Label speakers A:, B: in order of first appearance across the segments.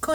A: こ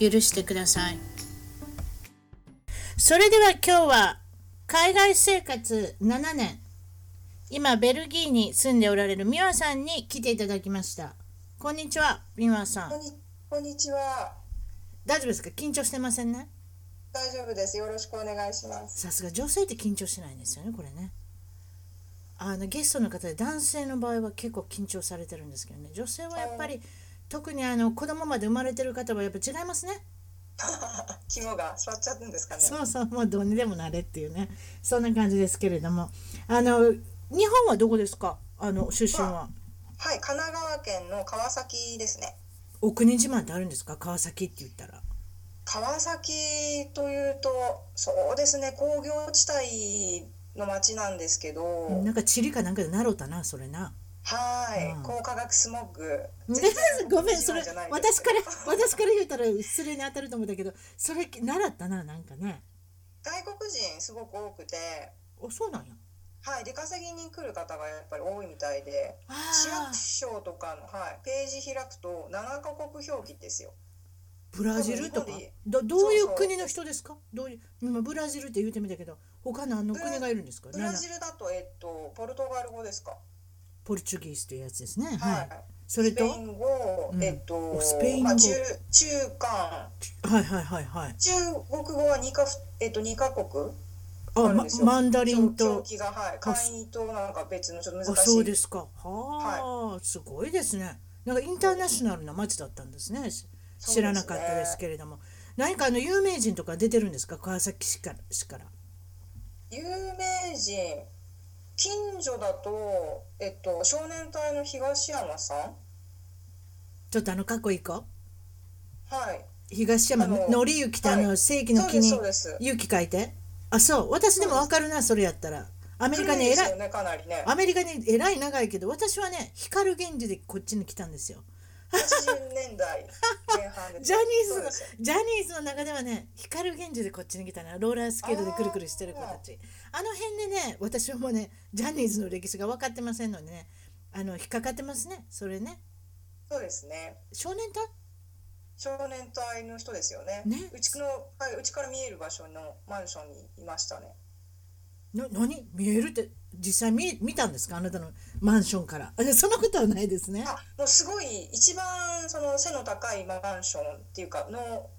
A: 許してくださいそれでは今日は海外生活7年今ベルギーに住んでおられるミワさんに来ていただきましたこんにちはミワさん
B: こんにこんにちは。
A: 大丈夫ですか緊張してませんね
B: 大丈夫です。よろしくお願いします。
A: さすが女性って緊張しないんですよねこれねあのゲストの方で男性の場合は結構緊張されてるんですけどね女性はやっぱり特にあの子供まで生まれてる方はやっぱ違いますね
B: 肝が座っちゃうんですかね。
A: そうそうもうどうにでもなれっていうねそんな感じですけれどもあの日本はどこですかあの出身は
B: はい、神奈川県の川崎ですね。
A: お国自慢ってあるんですか川崎って言ったら
B: 川崎というと、そうですね、工業地帯の町なんですけど、
A: なんか地理かなんかでなろうたなそれな
B: はい、
A: うん
B: 高化学スモッ グ。
A: ごめんそれ
B: 自慢じゃないで
A: 私
B: す
A: から私から言うたら失礼に当たると思うんだけどそれ習ったななんかね
B: 外国人すごく多くて、
A: おそうなんや
B: はい、出稼ぎに来る方がやっぱり多いみたいで、市
A: あ
B: 役
A: ー
B: 所とかの、はい、ページ開くと7カ国表記ですよ。
A: ブラジルとか
B: 多分日本で
A: どどうい
B: そう
A: う
B: そう
A: 国の人ですかどういう今ブラジルって言うてみたけど他のあの国がいるんですか
B: ブラジルだと、えっと、ポルトガル語ですか。
A: ポルチュギースというやつですね
B: はい。
A: はいそれ
B: スペ
A: と
B: イン語、
A: うん
B: えっと、
A: スペイン語
B: まあ、中、中間。
A: はいはいはいはい
B: 中国語は二か、えっと、二カ国。
A: あ、
B: あるん
A: ま
B: です、よ
A: マンダリンと
B: 表記が、はい、簡易となんか別のちょっと難
A: あ
B: しい。
A: そうですかはあ、すごいですねなんかインターナショナルな街だったんですねし
B: そうですね
A: 知らなかったですけれども、何かあの有名人とか出てるんですか川崎市から市から
B: 有名人。近所だと、えっと、少年隊の東山さん。
A: ちょっとあのかっこいい子
B: はい。
A: 東山
B: あの
A: 紀之ってあの、
B: はい
A: 世紀の
B: そう
A: 木
B: です、
A: に
B: そうです。
A: 勇気書いてあそう私でもわかるなそれやったらアメリカに
B: 古いで
A: 偉
B: す
A: い
B: よね、かなりね。
A: アメリカに偉い長いけど私はね光源氏でこっちに来たんですよ
B: 80年代前半で す。
A: ジャニーズ
B: そう
A: の
B: です
A: ジャニーズの中ではね光源氏でこっちに来たなローラースケートでくるくるしてる子たちあの辺でね私はもうねジャニーズの歴史が分かってませんのでねあの引っかかってますねそれね
B: そうですね。
A: 少年隊
B: 少年隊の人ですよね。
A: ね
B: うちの、はいうちから見える場所のマンションにいましたね。
A: な何見えるって実際見見たんですかあなたのマンションからあそんなことはないですね
B: あ、もうすごい一番その背の高いマンションっていうかの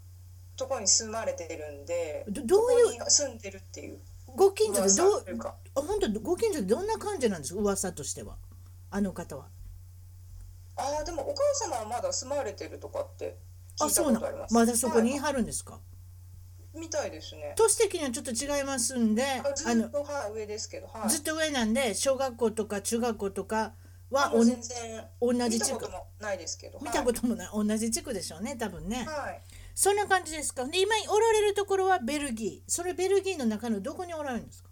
B: ところに住まれてるんで、
A: どどういう
B: そこに住んでるっていう
A: ご近所でど
B: 噂
A: う
B: というか。
A: あ本当ご近所でどんな感じなんですか噂としてはあの方は
B: あー、でもお母様はまだ住まれてるとかって
A: あ
B: 聞いた
A: そう
B: こ
A: な
B: とあり
A: ん
B: ます。
A: まだそこにい
B: は
A: は
B: い
A: るんですか
B: みたいですね。
A: 都市的にはちょっと違いますんで
B: あず
A: あの
B: っとはい上ですけど、はい。
A: ずっと上なんで小学校とか中学校とかは
B: も
A: お
B: うん全然
A: 同
B: 見
A: じ
B: た
A: 地
B: こと
A: 区
B: もないですけど、
A: 見たこともない同じ地区でしょうね多分ね
B: はい。はい
A: そんな感じですかで今おられるところはベルギーそれベルギーの中のどこにおられるんですか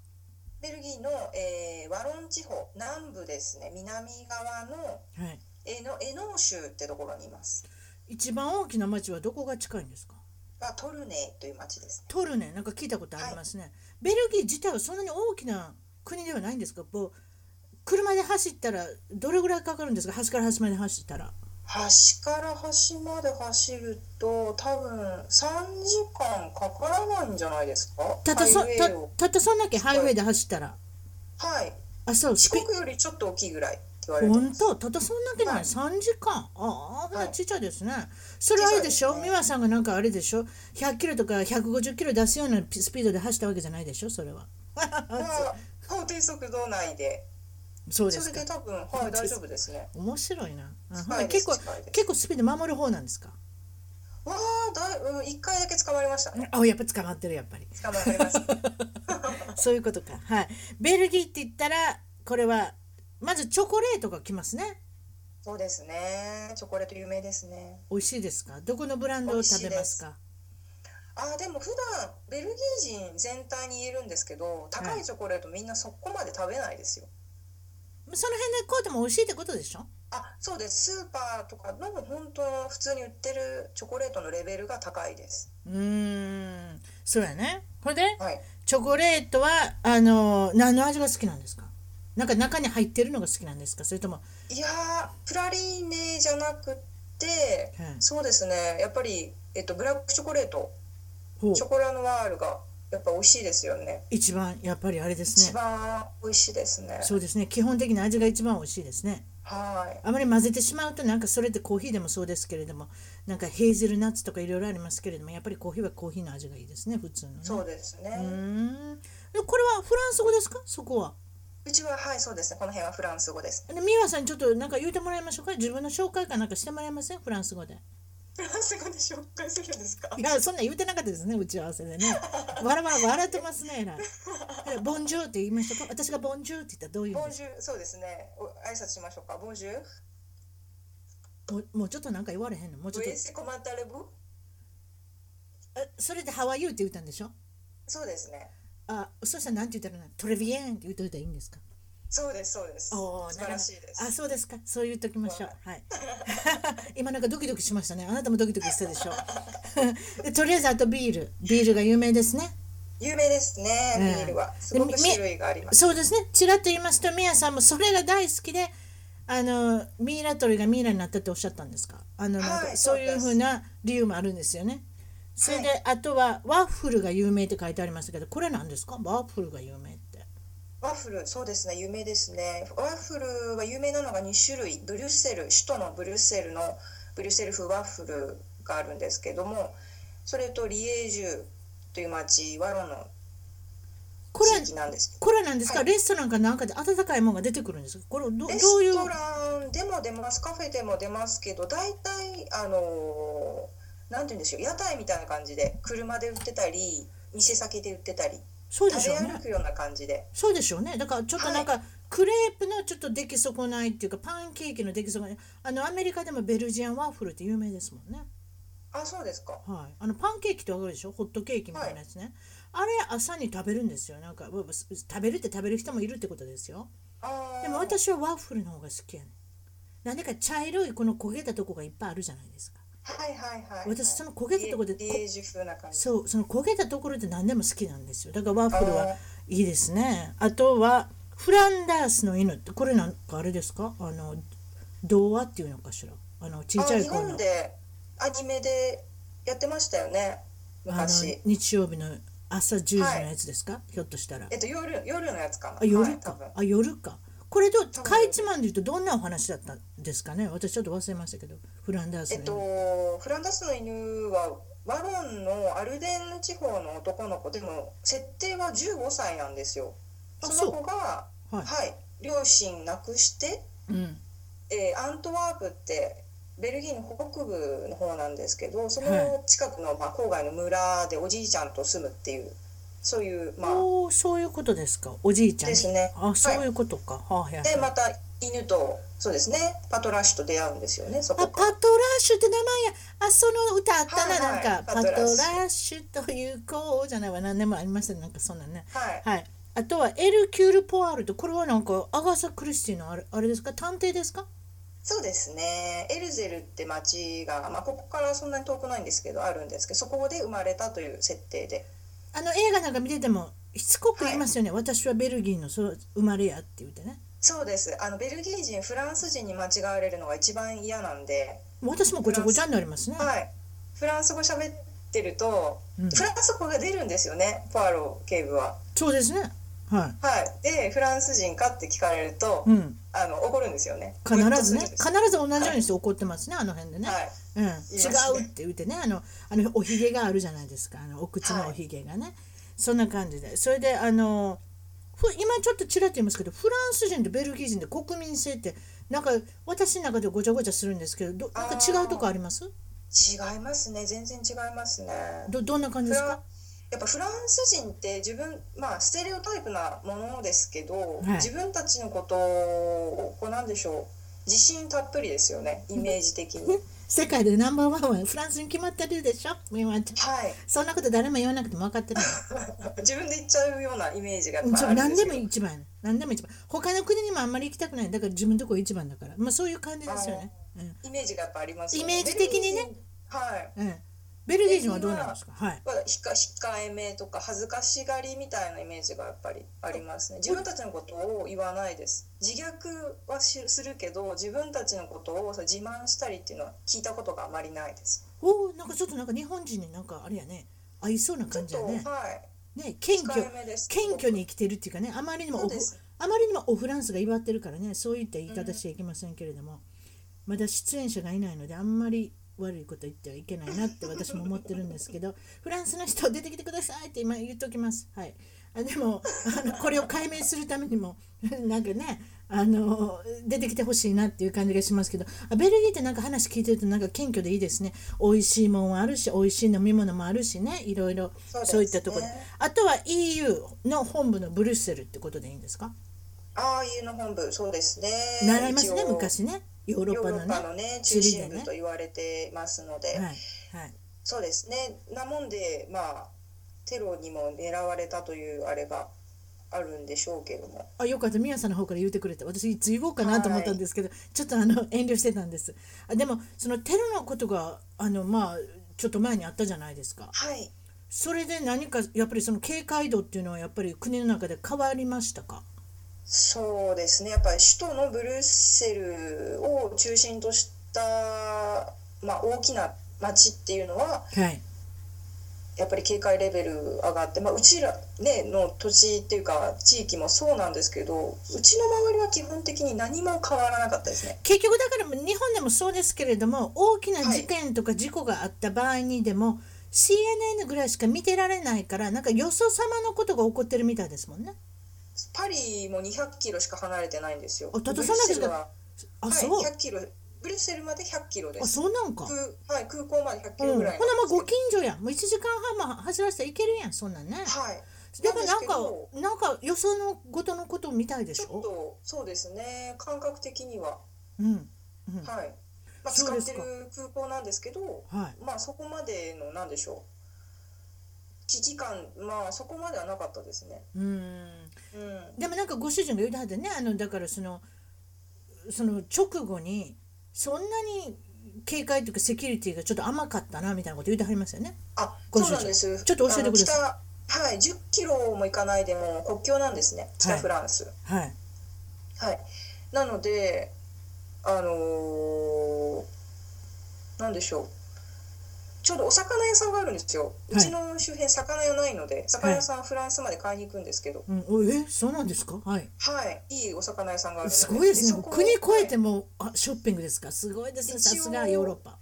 B: ベルギーの、えーワロン地方南部ですね南側の
A: はい
B: エノエノー州ってところにいます
A: 一番大きな町はどこが近いんですか
B: がトルネイという町ですね
A: トルネなんか聞いたことありますね、ベルギー自体はそんなに大きな国ではないんですかこう車で走ったらどれぐらいかかるんですか端から端まで走ったら
B: 端から端まで走ると多分3時間かからないんじゃないですか
A: たったそ
B: ハイウ
A: た
B: ェイを
A: たったそんだけハイウェイで走ったら
B: はい
A: あそう
B: 四
A: スピ
B: 国よりちょっと大きいぐらいって言われてま
A: 本
B: す
A: 当たったそんだけな、
B: はいい
A: 三3時間ああほな
B: はい
A: ちっちゃいですね、それあれでしょ
B: ちっ
A: 美
B: ちゃいですね
A: 和、さんがなんかあれでしょ100キロとか150キロ出すようなピスピードで走ったわけじゃないでしょそれ は
B: まあ法定速度内で
A: そうで
B: そ
A: す
B: れ
A: か
B: で多分は
A: そう
B: い
A: です
B: 大丈夫ですね
A: 面白いなあほ
B: は
A: ない結構
B: ですはいです
A: 結構スピード守る方なんですか
B: わあだい、うん、1回だけ捕まりましたね
A: あやっぱ捕まってるやっぱり
B: 捕まり ました
A: そういうことか。はい。ベルギーって言ったら、これは、まずチョコレートが来ますね。
B: そうですね。チョコレート有名ですね。
A: 美味しいですかどこのブランドを食べますか
B: あーでも普段ベルギー人全体に言えるんですけど高いチョコレートみんなそこまで食べないですよ、
A: その辺でこうでも美味しいってことでしょ
B: あそうですスーパーとかの本当普通に売ってるチョコレートのレベルが高いです
A: うーんそうやねこれで
B: はい
A: チョコレートはあの何の味が好きなんですかなんか中に入ってるのが好きなんですかそれとも
B: いやープラリーネじゃなくて、
A: はい
B: そうですねやっぱり、えっと、ブラックチョコレート
A: ほう
B: チョコラノワールがやっぱ美味しいですよね
A: 一番やっぱりあれです
B: 一
A: ね
B: 番美味しいですね
A: そうですね基本的な味が一番美味しいですね
B: はい
A: あまり混ぜてしまうとなんかそれってコーヒーでもそうですけれどもなんかヘーゼルナッツとかいろいろありますけれどもやっぱりコーヒーはコーヒーの味がいいですね普通のね
B: そうですね、
A: うーんでこれはフランス語ですかそこは
B: うちははいそうですねこの辺はフランス語です
A: でミワさんにちょっとなんか言うてもらいましょうか自分の紹介かなんかしてもらえませんフランス語で
B: フランス語で紹介するんですか
A: いやそんなん言うてなかったですね打ち合わせでねわらわら笑ってますねえらいえボンジューって言いましたか私がボンジューって言ったらどういう意味
B: ボン
A: です
B: ジュそうですね。お挨拶しましょうか。ボンジュウ
A: もうもうちょっとなんか言われへんのもうちょっと
B: エスコマンタレブ
A: えそれでハワイユーって言ったんでしょ
B: そうですね。
A: あそしたらなんて言ったらいいのトレビエンって言っといたらいいんですか
B: そうです、そうです。
A: お
B: 素
A: ー
B: 晴らしいで
A: なるほどあ
B: す。
A: そうですかそう言っときましょうはい 今なんかドキドキしましたねあなたもドキドキしたでしょ でとりあえずあとビールビールが有名ですね
B: 有名ですね、
A: うん
B: ビールは。すご
A: で
B: く
A: み
B: 種類があります。
A: そうですねちらっと言いますとミヤさんもそれが大好きであのミイラ取りがミイラになったっておっしゃったんですかあの、なん
B: は
A: か
B: い
A: そうい
B: そ
A: う
B: うです
A: ふうな理由もあるんですよねそれで、
B: は
A: あとはワッフルが有名って書いてありますけどこれなんですかワッフルが有名って
B: ワッフル、そうですね、有名ですね。ワッフルは有名なのが2種類。ブリュッセル、首都のブリュッセルのブリュッセル風ワッフルがあるんですけども、それとリエージュという町、ワロの
A: これ
B: 地域なんですけど。
A: これなんですか、
B: はい
A: レストランかなんかで温かいものが出てくるんですかこれどどうい
B: レ
A: う
B: ストランでも出ますカフェでも出ますけど大体あのーなんて言うんでしょう屋台みたいな感じで車で売ってたり店先で売ってたり
A: そうで
B: 食
A: しょ
B: べ
A: うね
B: 歩くような感じで
A: そうでしょうね。だからちょっとなんか、クレープのちょっと出来損ないっていうかパンケーキの出来損ないあのアメリカでもベルジアンワッフルって有名ですもんね。
B: あそうですか
A: はい、あのパンケーキってわかるでしょホットケーキみたいなやつね、あれ朝に食べるんですよなんかうわす食べるって食べる人もいるってことですよ
B: あー
A: でも私はワッフルの方が好きやねんなんでか茶色いこの焦げたとこがいっぱいあるじゃないですか
B: はいはいはい
A: 私その焦げたとこで
B: リエリエージュ風な感じ
A: そうその焦げたところで何でも好きなんですよだからワッフル
B: あ
A: は
B: ー
A: いいですねあとはフランダースの犬ってこれなんかあれですかあの童話っていうのかしらあのちっちゃ
B: あ
A: い
B: 日
A: 頃
B: 本
A: の
B: でアニメでやってましたよね
A: あの
B: 昔
A: 日曜日の朝10時のやつですか、ひょっとしたら
B: えっと夜夜のやつかな
A: あ夜
B: はい
A: か、
B: 多分
A: あ夜かこれと
B: 分
A: かいつまんで言うとどんなお話だったんですかね私ちょっと忘れましたけどフランダース
B: え
A: の
B: っ
A: 犬、
B: と、フランダースの犬はワロンのアルデンヌ地方の男の子でも設定は15歳なんですよ。
A: あ
B: その子が、
A: そうは
B: はいい両親亡くして、
A: うん
B: えーアントワープってベルギーの北部の方なんですけどそ
A: は
B: の近くの、まあ、郊外の村でおじいちゃんと住むっていうそういうまあ
A: おーそういうことですかおじいちゃんに
B: ですね
A: あそういうことか、はあ、や
B: でまた犬とそうですねパトラッシュと出会うんですよねそ
A: あパ
B: こ
A: ト
B: から
A: ラッシュって名前やあその歌あったな、
B: はいはい
A: なんかパ
B: パ
A: ト
B: ト
A: ラ
B: ラッシュ
A: ッシュという子じゃないわ何でもありましたねなんかそんなんね
B: はい
A: はいあとはエル・キュール・ポワールとこれはなんかアガサ・クリスティのあれあれですか探偵ですか
B: そうですねエルゼルって町が、まあ、ここからそんなに遠くないんですけどあるんですけどそこで生まれたという設定で
A: あの映画なんか見ててもしつこく言いますよね、私はベルギーのそう生まれやって言ってね
B: そうですあのベルギー人フランス人に間違われるのが一番嫌なんで、
A: 私もごちゃごちゃになりますね、
B: はい、フランス語喋ってると、
A: うん
B: フランス語が出るんですよねポアロ警部は。
A: そうですねは
B: はい、でフランス人かって聞かれると、
A: い、うん、
B: あの怒るんですよね。
A: 必ずね
B: グッとす
A: 必
B: るん
A: ず同じようにして怒ってますね、あの辺でね、
B: ですはい
A: うん、違
B: すね
A: うって言ってねあのあのおひげがあるじゃないですかあのお口のおひげがね、そんな感じでそれであのふ今ちょっとちらっと言いますけどフランス人とベルギー人で国民性ってなんか私の中でごちゃごちゃするんですけどどなんか違うとこあります
B: 違いますね全然違いますね。
A: どどんな感じ
B: フ
A: です
B: ラン
A: か
B: やっぱフランス人って自分まあステレオタイプなものですけど、
A: はい
B: 自分たちのことをこうなんでしょう自信たっぷりですよねイメージ 的に
A: 世界でナンバーワンはフランスに決まってるでしょみんな
B: はい
A: そんなこと誰も言わなくても分かってる
B: 自分で言っちゃうようなイメージがやっぱ
A: そう
B: あるん
A: 何
B: で
A: ですも
B: けど
A: 一番何でも一番他の国にもあんまり行きたくないだから自分のとこ一番だからまあそういう感じですよね、
B: イメージがやっぱありますよ
A: イメージ的にね
B: ベルギー人はい
A: うんうん、ベルギー人はどうなんですかはい
B: まだひか控えめとか恥ずかしがりみたいなイメージがやっぱりありますね自分たちのことを言わないです自虐はしするけど自分たちのことをさ自慢したりっていうのは聞いたことがあまりないです
A: おおなんかちょっとなんか日本人になんかあれやね合いそうな
B: ちょ
A: 感
B: っ
A: じや
B: と、
A: ね
B: はい
A: ね謙
B: 控
A: 虚
B: えめです
A: 謙虚に生きてるっていうかねあまりにも
B: そ
A: オ
B: う
A: フ
B: です
A: あまりにもオフランスが祝ってるからねそういった言い方しちゃいけませんけれども、まだ出演者がいないのであんまり悪いこと言ってはいけないなって私も思ってるんですけど フランスの人出てきてくださいって今言っときますはいあでもあのこれを解明するためにも なんかねあの出てきてほしいなっていう感じがしますけどあベルギーってなんか話聞いてるとなんか謙虚でいいですね美味しいもんはあるし美味しい飲み物もあるしねいろいろ
B: そうです
A: そう
B: ね
A: いったところであとは EU の本部のブリュッセルってことでいいんですか
B: ああいうの本部そうですね
A: 習いますね
B: 一応
A: 昔ねヨーロ
B: ヨ
A: ッパ
B: ーロ
A: の
B: ッ
A: ね
B: パのね
A: 地
B: 中
A: 理で
B: 心
A: ね
B: 部と言われてますので、
A: はいはい
B: そうですねなもんでまあテロにも狙われたというあれがあるんでしょうけども
A: あよかった宮さんの方から言ってくれて私いつ言おうかなと思ったんですけど、ちょっとあの遠慮してたんですあでもそのテロのことがあのまあちょっと前にあったじゃないですか
B: はい
A: それで何かやっぱりその警戒度っていうのはやっぱり国の中で変わりましたか
B: そうですねやっぱり首都のブリュッセルを中心とした、まあ、大きな街っていうのは
A: はい
B: やっぱり警戒レベル上がって、まあ、うちら、ね、の土地っていうか地域もそうなんですけどうちの周りは基本的に何も変わらなかったですね。
A: 結局だから日本でもそうですけれども大きな事件とか事故があった場合にでも、CNN ぐらいしか見てられないからなんかよそ様のことが起こってるみたいですもんね。
B: パリも200キロしか離れてないんですよ。
A: あたった
B: ブリ
A: そん
B: ュ
A: な
B: ッ
A: んで
B: セ
A: す
B: ル
A: か
B: は
A: あ、
B: はい、
A: そう
B: 100キロブリュッセルまで100キロで
A: あ
B: す
A: そうなんか。
B: 空,、はい、空港まで100キ
A: うん、
B: ロ
A: ほ
B: ぐ
A: なま
B: らい
A: あ
B: なんです
A: ご
B: け
A: 近所やんもう1時間半も走らせていけるやんそんなんね
B: どはい
A: でもなんか
B: なんですけ
A: なんかよそのことのことみたいで
B: ち
A: し
B: ょっ
A: ょ
B: とそうですね感覚的には、
A: うんうん
B: はいまあ、使
A: そう
B: っ
A: です
B: て
A: か
B: る空港なんですけど
A: はい
B: まあそこまでのなんでしょう危機感まあそこまではなかったですね
A: うん
B: うん
A: でもなんかご主人が言うてはってねあのだからそのその直後にそんなに警戒というかセキュリティがちょっと甘かったなみたいなこと言うてはりますよね。
B: あ
A: ご主人
B: そうなんです
A: ちょっと教えてください
B: あの北はい10キロも行かないでも国境なんですね北フランス、
A: はい。
B: はい、なのであのーなんでしょうちょうどお魚屋さんがあるんですよ、
A: いう
B: ちの周辺魚屋ないので魚屋さんフランスまで買いに行くんですけど
A: うん、おえそうなんですかはい。
B: はいいいお魚屋さんがあるの
A: すごいです
B: そ
A: ね。
B: こ
A: 国越えてもあショッピングですかすごいですねさ
B: 一応
A: すがヨーロッパ。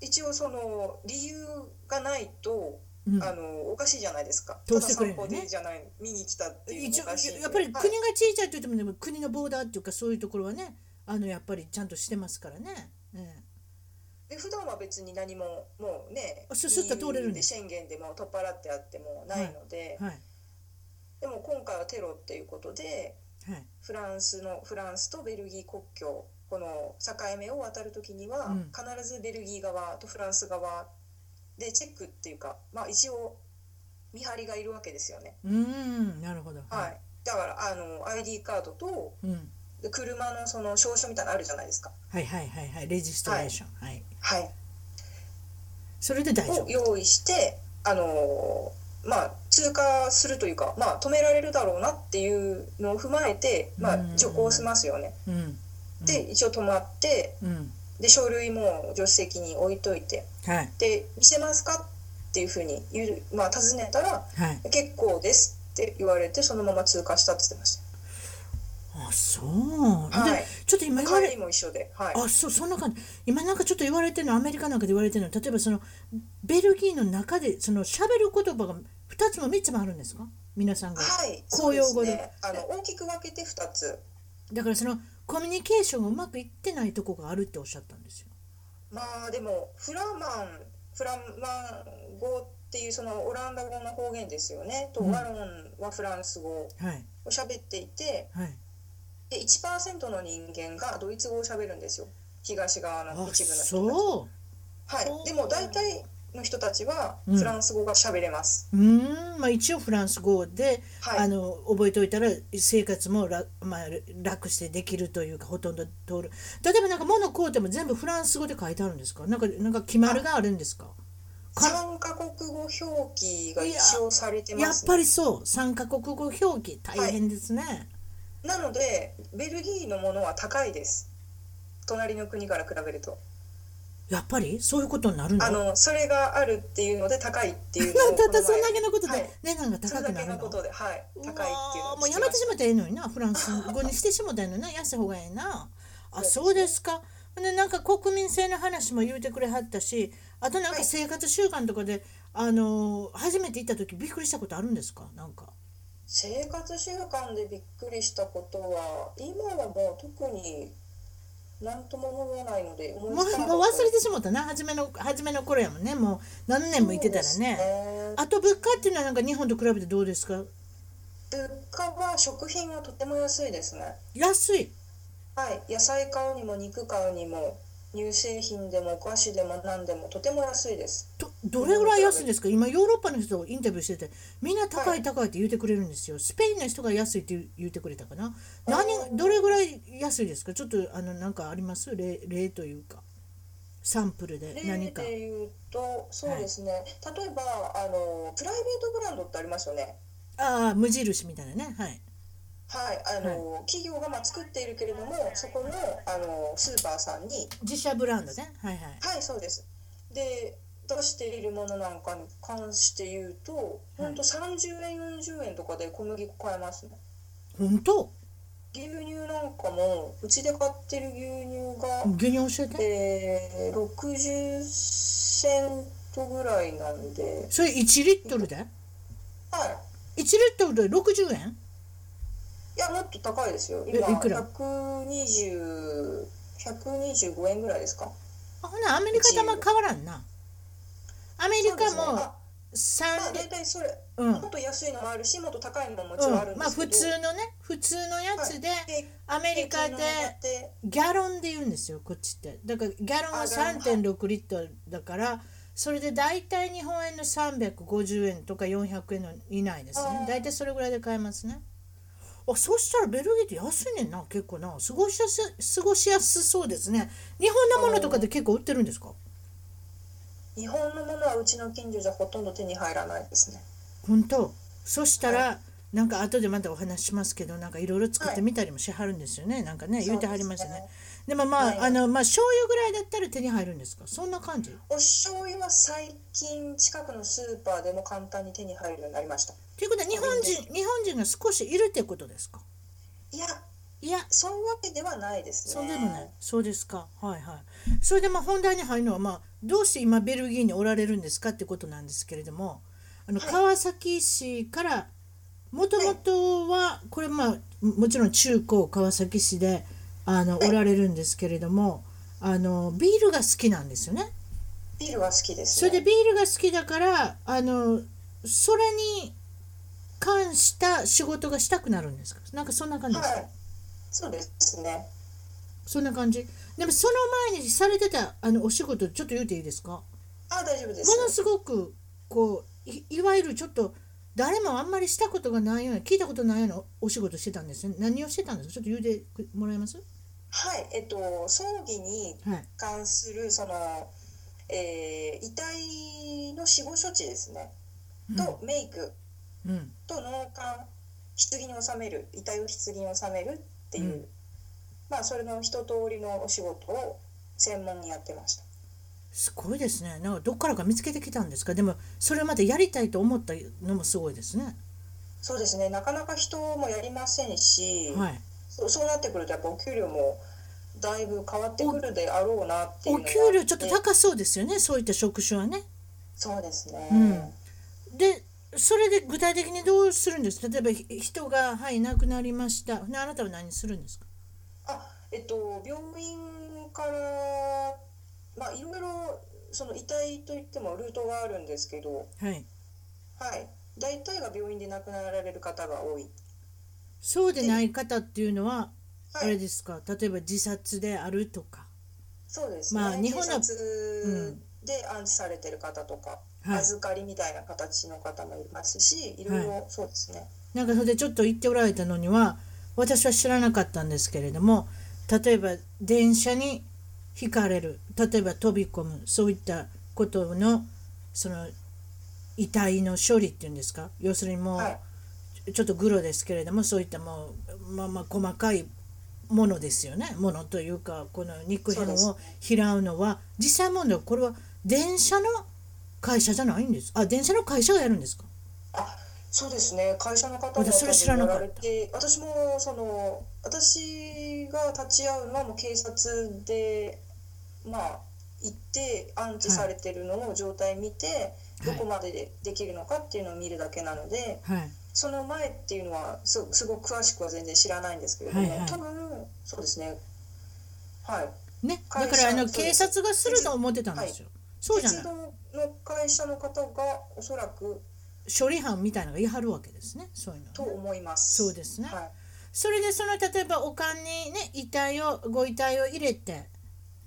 B: 一応その理由がないと、
A: うん、
B: あのおかしいじゃないですか
A: どうしてくれるの
B: ただ
A: ね
B: 散歩でいいじゃない見に来たっていう
A: 一
B: の
A: 応
B: もおかしいんで
A: やっぱり国が
B: はい
A: 小さいといってもでも国のボーダーっていうかそういうところはねあのやっぱりちゃんとしてますからね。え
B: で普段は別に何ももうね
A: あスッスッと通れるんだ
B: EU で宣言でも取っ払ってあってもないので、
A: えはい
B: でも今回はテロっていうことで
A: はい。
B: フランスのフランスとベルギー国境この境目を渡る時には、
A: うん
B: 必ずベルギー側とフランス側でチェックっていうかまあ一応見張りがいるわけですよね。
A: うーんなるほど。
B: はい、だからあの ID カードと
A: い。うん。
B: で車のその証書みたいなのあるじゃないですか。
A: はいはいはいはいレジストレーションはい、
B: はい、
A: それで大丈
B: を
A: 夫
B: 用意してあのまあ通過するというかまあ止められるだろうなっていうのを踏まえてま
A: うん
B: あ徐行しますよね。
A: うん
B: で一応止まって
A: うん
B: で書類も助手席に置いといて
A: はい
B: で「見せますか?」っていうふうに言う、まあ、尋ねたら
A: はい
B: 「結構です」って言われてそのまま通過したって言ってまし
A: あそう、
B: はい
A: でちょっと今
B: た
A: 言わ
B: 帰り
A: れ
B: も一緒で、はい、
A: あそうそんな感じ今なんかちょっと言われてるのアメリカなんかで言われてるの例えばそのベルギーの中でその喋る言葉が2つも3つもあるんですか皆さんが
B: はい、
A: 公用語で
B: そうすね、あの大きく分けて2つ
A: だからそのコミュニケーションがうまくいってないとこがあるっておっしゃったんですよ
B: まあでもフラマンフラマン語っていうそのオランダ語の方言ですよねと、
A: うん
B: ワロンはフランス語を
A: はい
B: 喋っていて
A: はい
B: で1%の人間がドイツ語を喋るんですよ東側の
A: あ
B: 一部の人たち
A: そ
B: はい、でも大体の人たちは
A: うん
B: フランス語が喋れます、
A: ううーんまあ一応フランス語で、
B: は
A: あ
B: い
A: の覚えておいたら生活も楽,、まあ、楽してできるというかほとんど通る例えばなんか物買うても全部フランス語で書いてあるんですかなんかなんか決まりがあるんですかか
B: 3カ国語表記が一応されて
A: や
B: ま
A: っ
B: す、
A: ぱ
B: ね、
A: りそう三カ国語表記大変ですね、
B: なのでベルギーのものは高いです隣の国から比べると
A: やっぱりそういうことになるの
B: あのそれがあるっていうので高いっていう
A: な
B: の を
A: んたっ
B: この
A: たそん
B: 前
A: だけのことで、
B: はい
A: 値段が
B: それ
A: 高
B: だ
A: く
B: け
A: なる
B: の
A: の
B: ことではい高いっていうの
A: わ
B: を
A: あもうやめてし
B: 聞き
A: まったらええのになフランス語にしてしもたらええのにな安い方がええなあそうですかほんでなんか国民性の話も言うてくれはったしあとなんか
B: はい
A: 生活習慣とかで、あのー初めて行った時びっくりしたことあるんですかなんか
B: ました生活習慣でびっくりしたことは今はもう特に何とも思わないので思
A: もう
B: い
A: もう
B: つかなかった
A: 忘れてしもたな初めの初めの頃やもんねもう何年も行ってたら
B: そう
A: ね
B: ですね
A: あと物価っていうのはなんか日本と比べてどうですか
B: 物価は食品はとても安いですね。
A: 安い
B: はい、野菜買うにも肉買うにも乳製品でもお菓子でも何でもとても安いです。
A: どどれぐらい安いんですか今ヨーロッパの人をインタビューしててみんな高い高いって言ってくれるんですよスペインの人が安いって言う言ってくれたかな何どれぐらい安いですかちょっとあのなんかあります例例というかサンプルで
B: 例
A: 何か
B: で言うとそうですね、例えばあのプライベートブランドってありますよね。
A: ああ無印みたいなねはい
B: はい、あの、企業がまあ作っているけれどもそこのあのスーパーさんに
A: 自社ブランドねはいはい
B: はいそうです。で出しているものなんかに関して言うと本当30円40円とかで小麦粉買えますね。
A: 本当
B: 牛乳なんかもうちで買ってる牛乳が、
A: 牛乳教えて
B: えー、60セントぐらいなんで
A: それ1リットルで1
B: はい
A: リットルで60円
B: いやもっと高いですよ
A: え
B: 今
A: いくら
B: 120 125円ぐらいですか
A: あほなアメリカとあんま変わらんなアメリカ
B: そうですね
A: も
B: あまあ
A: 3
B: 大体それ
A: うん
B: もっと安いのもあるしもっと高いのももちろんあ
A: う
B: る
A: んん、
B: で
A: まあ
B: すけど、
A: 普通のね普通のやつで、
B: で
A: アメリカで
B: 平均の値段って
A: ギャロンで言うんですよこっちってだからギャロンは
B: あギャロ
A: 3.6リットルだからそれで大体日本円の350円とか400円の以内です
B: あ
A: ね
B: ー
A: 大体それぐらいで買えますねあそしたらベルギーって安いねんな結構な過ごしやす過ごしやすそうですね日本のものとかで結構売ってるんですか
B: 日本のものはうちの近所じゃほとんど手に入らないですね
A: 本当そしたら、なんか後でまたお話ししますけどなんかいろいろ作ってみたりもしはるんですよね、なんかね言うてはりましたね
B: そう
A: で
B: で
A: もまあ、
B: はい
A: あのまあ醤油ぐらいだったら手に入るんですかそんな感じ
B: お醤油は最近近くのスーパーでも簡単に手に入るようになりました
A: ということは日本人日本人が少しいるってことですか
B: いや
A: いや
B: そういうわけではないですね
A: そうでもないそうですかはいはいそれでまあ本題に入るのはまあどうして今ベルギーにおられるんですかってことなんですけれどもあの
B: はい
A: 川崎市からもともとはこれまあもちろん中高川崎市であの
B: はい
A: おられるんですけれどもあのビールが好きなんですよね。
B: ビールは好きです
A: そ
B: ね、
A: れでビールが好きだからあのそれに関した仕事がしたくなるんですかなんかそんな感じですか、
B: はいそうですね
A: そんな感じでもその前にされてたあのお仕事ちょっと言うていいですかも
B: あ大丈夫です
A: のすごくこういいわゆるちょっと誰もあんまりしたことがないような聞いたことないようなお仕事してたんですね何をしてたんですかちょっと言うてもらえます
B: はいえっと葬儀に
A: はい
B: 関するその、えー遺体の死後処置ですねと、メイク
A: うん
B: と納棺棺に納める遺体を棺に納めるっていう、
A: うん
B: まあそれの一通りのお仕事を専門にやってました
A: すごいですねなんかどっからか見つけてきたんですかでもそれまでやりたいと思ったのもすごいですね
B: そうですねなかなか人もやりませんし、
A: はい
B: そうそうなってくるとやっぱお給料もだいぶ変わってくるであろうなっていう
A: お
B: のは
A: 給料ちょっと高そうですよねそういった職種はね
B: そうですね、
A: うんでそれで具体的にどうするんです例えばひ人がはい亡くなりましたであなたは何するんですか
B: あえっと病院からまあいろいろその遺体といってもルートがあるんですけど
A: はい
B: はい大体が病院で亡くなられる方が多い
A: そうでない方っていうのは
B: は
A: あ
B: い
A: れですか例えば自殺であるとか
B: そうですね、
A: まあ日本
B: 自
A: の
B: 殺で安置されてる方とか、
A: はい
B: 預かりみたいな形の方もいますしいろいろそうですね、
A: なんかそれでちょっと言っておられたのには私は知らなかったんですけれども例えば電車にひかれる例えば飛び込むそういったことのその遺体の処理っていうんですか要するにもう、
B: はい
A: ちょっとグロですけれどもそういったもうまあまあ細かいものですよねものというかこの肉片
B: そ
A: を拾うのは実際問題これは電車の会社じゃないんですあ電車の会社がやるんですか
B: あそうですね会社の方も
A: 私それ知らなかった
B: 多分やられて私もその私が立ち会うのはもう警察でまあ行って安置されてるのを状態見て、
A: はい
B: どこまででできるのかっていうのを見るだけなので、
A: はい
B: その前っていうのはすすごく詳しくは全然知らないんですけれども、
A: はいはい
B: 多分そうですねはい
A: ね、だ
B: 会
A: か
B: 社
A: らあの
B: そう
A: 警察がすると思ってたんですよ。そうじゃ
B: 鉄
A: ない。
B: 道の会社の方がおそらく
A: 処理班みたいなのが言い張るわけですね。そういうの
B: と
A: はね、
B: 思います
A: そうですね。
B: はい
A: それでその例えばお棺にね遺体をご遺体を入れて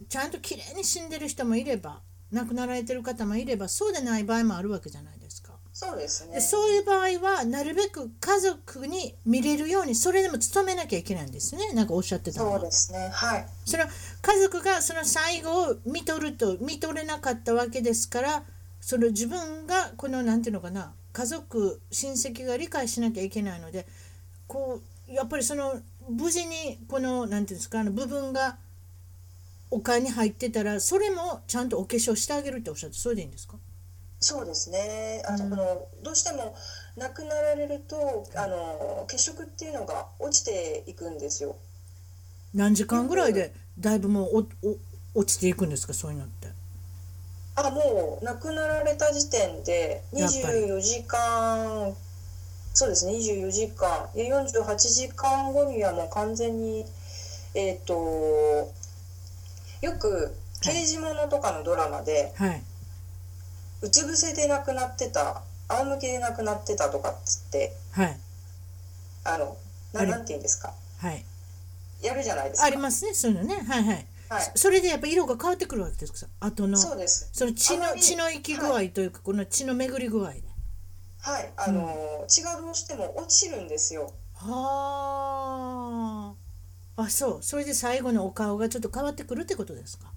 A: ちゃんときれいに死んでる人もいれば亡くなられてる方もいればそうでない場合もあるわけじゃないですか。
B: そうですね
A: でそういう場合はなるべく家族に見れるようにそれでも努めなきゃいけないんですね。なんかおっしゃってたの
B: そ
A: は
B: うですねはい
A: その家族がその最後を見とると見とれなかったわけですからその自分がこのなんていうのかな家族親戚が理解しなきゃいけないのでこうやっぱりその無事にこのなんていうんですかあの部分がお金に入ってたらそれもちゃんとお化粧してあげるっておっしゃってそれでいいんですか
B: そうですねあの、
A: うん
B: このどうしても亡くなられるとあの血色っていうのが落ちていくんですよ
A: 何時間ぐらいでだいぶもうおお落ちていくんですかそういうのって。
B: あもう亡くなられた時点で
A: やっぱり
B: 24時間そうですね24時間いや48時間後にはもう完全にえっ、とよく刑事ものとかのドラマで、
A: はいう
B: つ伏せで亡くなってた仰向けで亡くなってたとかっつって
A: はい
B: あの
A: あ
B: な
A: れ
B: なんて言うんですか
A: はい
B: やるじゃないですか。
A: ありますねそういうのねはいはい。
B: はい、
A: それでやっぱ色が変わってくるわけですか後の
B: そうです
A: その血
B: あ
A: の
B: まり
A: 血の行き具合というか、この血の巡り具合で。
B: はいあの、血がどうしても落ちるんですよ
A: はあ。あそうそれで最後のお顔がちょっと変わってくるってことですか。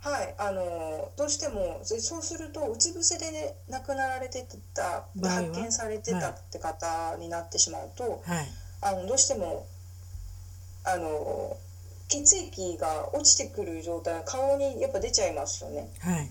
B: はい、あのどうしてもそそうするとうつ伏せで、ね、亡くなられてた
A: 場合は
B: 発見されてたって方になってしまうと、
A: はい。
B: あのどうしてもあの血液が落ちてくる状態顔にやっぱ出ちゃいますよね。
A: はい。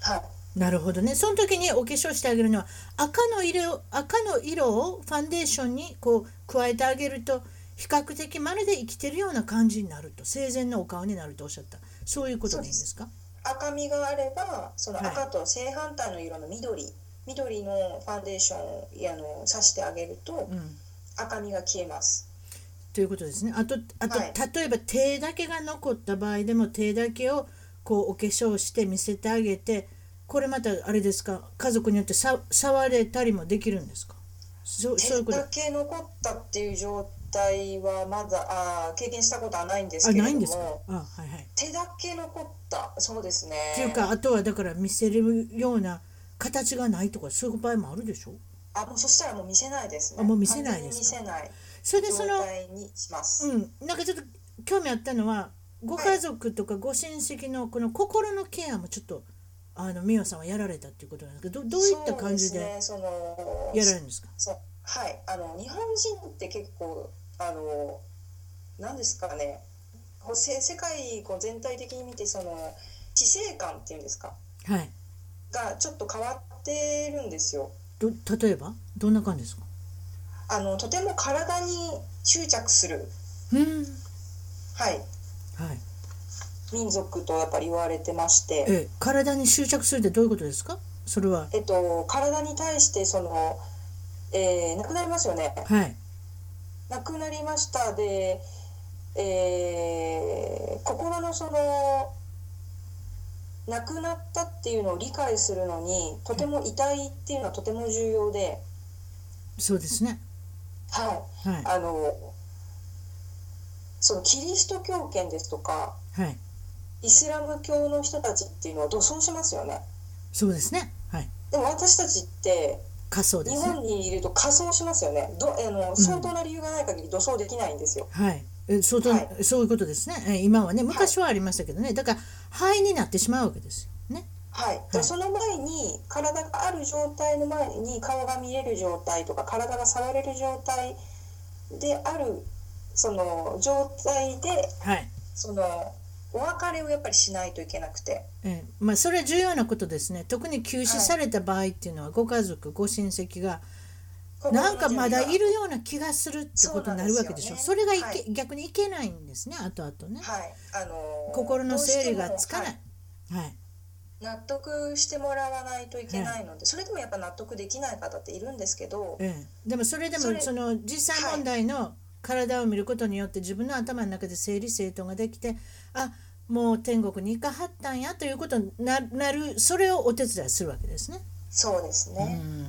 B: はい、
A: なるほどね。その時にお化粧してあげるのは赤の色を赤の色をファンデーションにこう加えてあげると比較的まるで生きてるような感じになると生前のお顔になるとおっしゃったそういうことでいいんですか
B: 赤みがあればその
A: はい
B: 赤と正反対の色の緑、緑のファンデーションをあの刺してあげると
A: うん。
B: 赤みが消えます。
A: ということですね。あとあと、
B: はい
A: 例えば手だけが残った場合でも手だけをこうお化粧して見せてあげてこれまたあれですか家族によってさ触れたりもできるんですかそうそうい
B: 手
A: うこと
B: だけ残ったっていう状態はまだあー経験したことはないんです
A: あ
B: けれ
A: ない
B: ど
A: んですか
B: も
A: あはいはい。っ
B: 手だけ残ったそうですね
A: ていうかあとはだから見せるような形がないとかそういう場合もあるでしょ
B: あもうそしたらもう見せないですね
A: あもう見せないですか
B: 完全に見せない
A: それでその
B: 状態にします、
A: うん、なんかちょっと興味あったのはご
B: はい
A: 家族とかご親戚のこの心のケアもちょっとあの美桜さんはやられたっていうことなんですけどどどういった感じで
B: そうですねその
A: やられるんですか
B: そうはいあの日本人って結構あの何ですかねこうせ世界こう全体的に見てその知性感っていうんですか
A: はい
B: がちょっと変わってるんですよ
A: ど例えばどんな感じですか
B: あのとても体に執着する、
A: うん
B: はい、
A: はい
B: 民族とやっぱり言われてまして、
A: え体に執着するってどういうことですかそれは
B: えっと、体に対してその、えー亡くなりますよね
A: はい
B: 亡くなりましたで、えー心のその亡くなったっていうのを理解するのにとても遺体っていうのはとても重要で、
A: そうですね
B: はい、
A: はい
B: あのそのキリスト教圏ですとか
A: はい
B: イスラム教の人たちっていうのは土葬しますよね
A: そうですねはい
B: でも私たちって
A: 仮想で
B: 日
A: すね
B: 本にいると仮装しますよねどあの
A: ん
B: 相当な理由がない限り土葬できないんですよ、
A: はいえ相当、
B: はい
A: そういうことですねえ今はね昔はありましたけどねだから肺になってしまうわけですよね
B: はい、だからその前に体がある状態の前に顔が見える状態とか体が触れる状態であるその状態で
A: はい
B: そのお別れをやっぱりしないといけなくて
A: えーまあ、それは重要なことですね特に急死された場合っていうのは、ご家族ご親戚がなんかまだいるような気がするってことになるわけでしょそ
B: そう
A: れ
B: な
A: が
B: ん
A: いけ、
B: ですよね
A: 逆にいけないんですね後々ね、
B: はいあの
A: 心の整理がつかな
B: どうしてもはい
A: はい
B: 納得してもらわないといけないので、それでもやっぱ納得できない方っているんですけど、
A: ええ、でもそれでも
B: それ
A: その実際問題の体を見ることによって自分の頭の中で整理整頓ができてあもう天国に行かはったんやということにななるそれをお手伝いするわけですね。
B: そうですね、
A: うん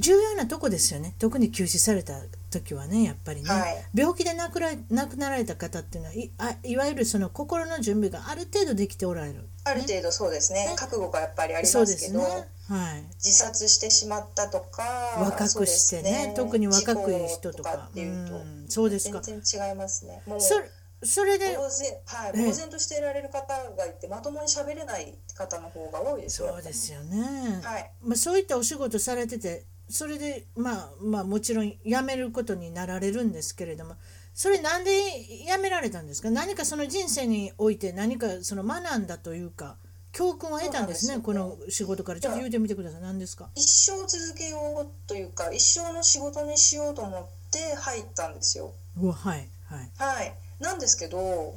A: 重要なとこですよね特に急死された時はねやっぱりね、
B: はい
A: 病気で亡くら亡くなられた方っていうのはいあいわゆるその心の準備がある程度できておられる
B: ある程度そうですね
A: ね
B: 覚悟がやっぱりあり
A: そう
B: ま
A: です
B: け
A: す
B: ど
A: ねはい
B: 自殺してしまったとか
A: 若
B: そう
A: く
B: で
A: して
B: す
A: ね特に若くいる人
B: 事
A: と
B: 故と
A: か
B: かっていうと、
A: うんそうですか
B: 全然違いますねもう
A: それそれで
B: 呆然はい
A: ええ
B: 呆然としていられる方がいてまともに喋れない方の方が多いですよ
A: そうですよね、
B: はい
A: まあ、そういったお仕事されててそれでまあまあもちろん辞めることになられるんですけれどもそれなんで辞められたんですか何かその人生において何かその学んだというか教訓を得たんですね
B: そう
A: こ
B: なんですよ
A: の仕事からちょっと言うてみてください何ですか
B: 一生続けようというか一生の仕事にしようと思って入ったんですよ
A: うわはいはい
B: はいなんですけど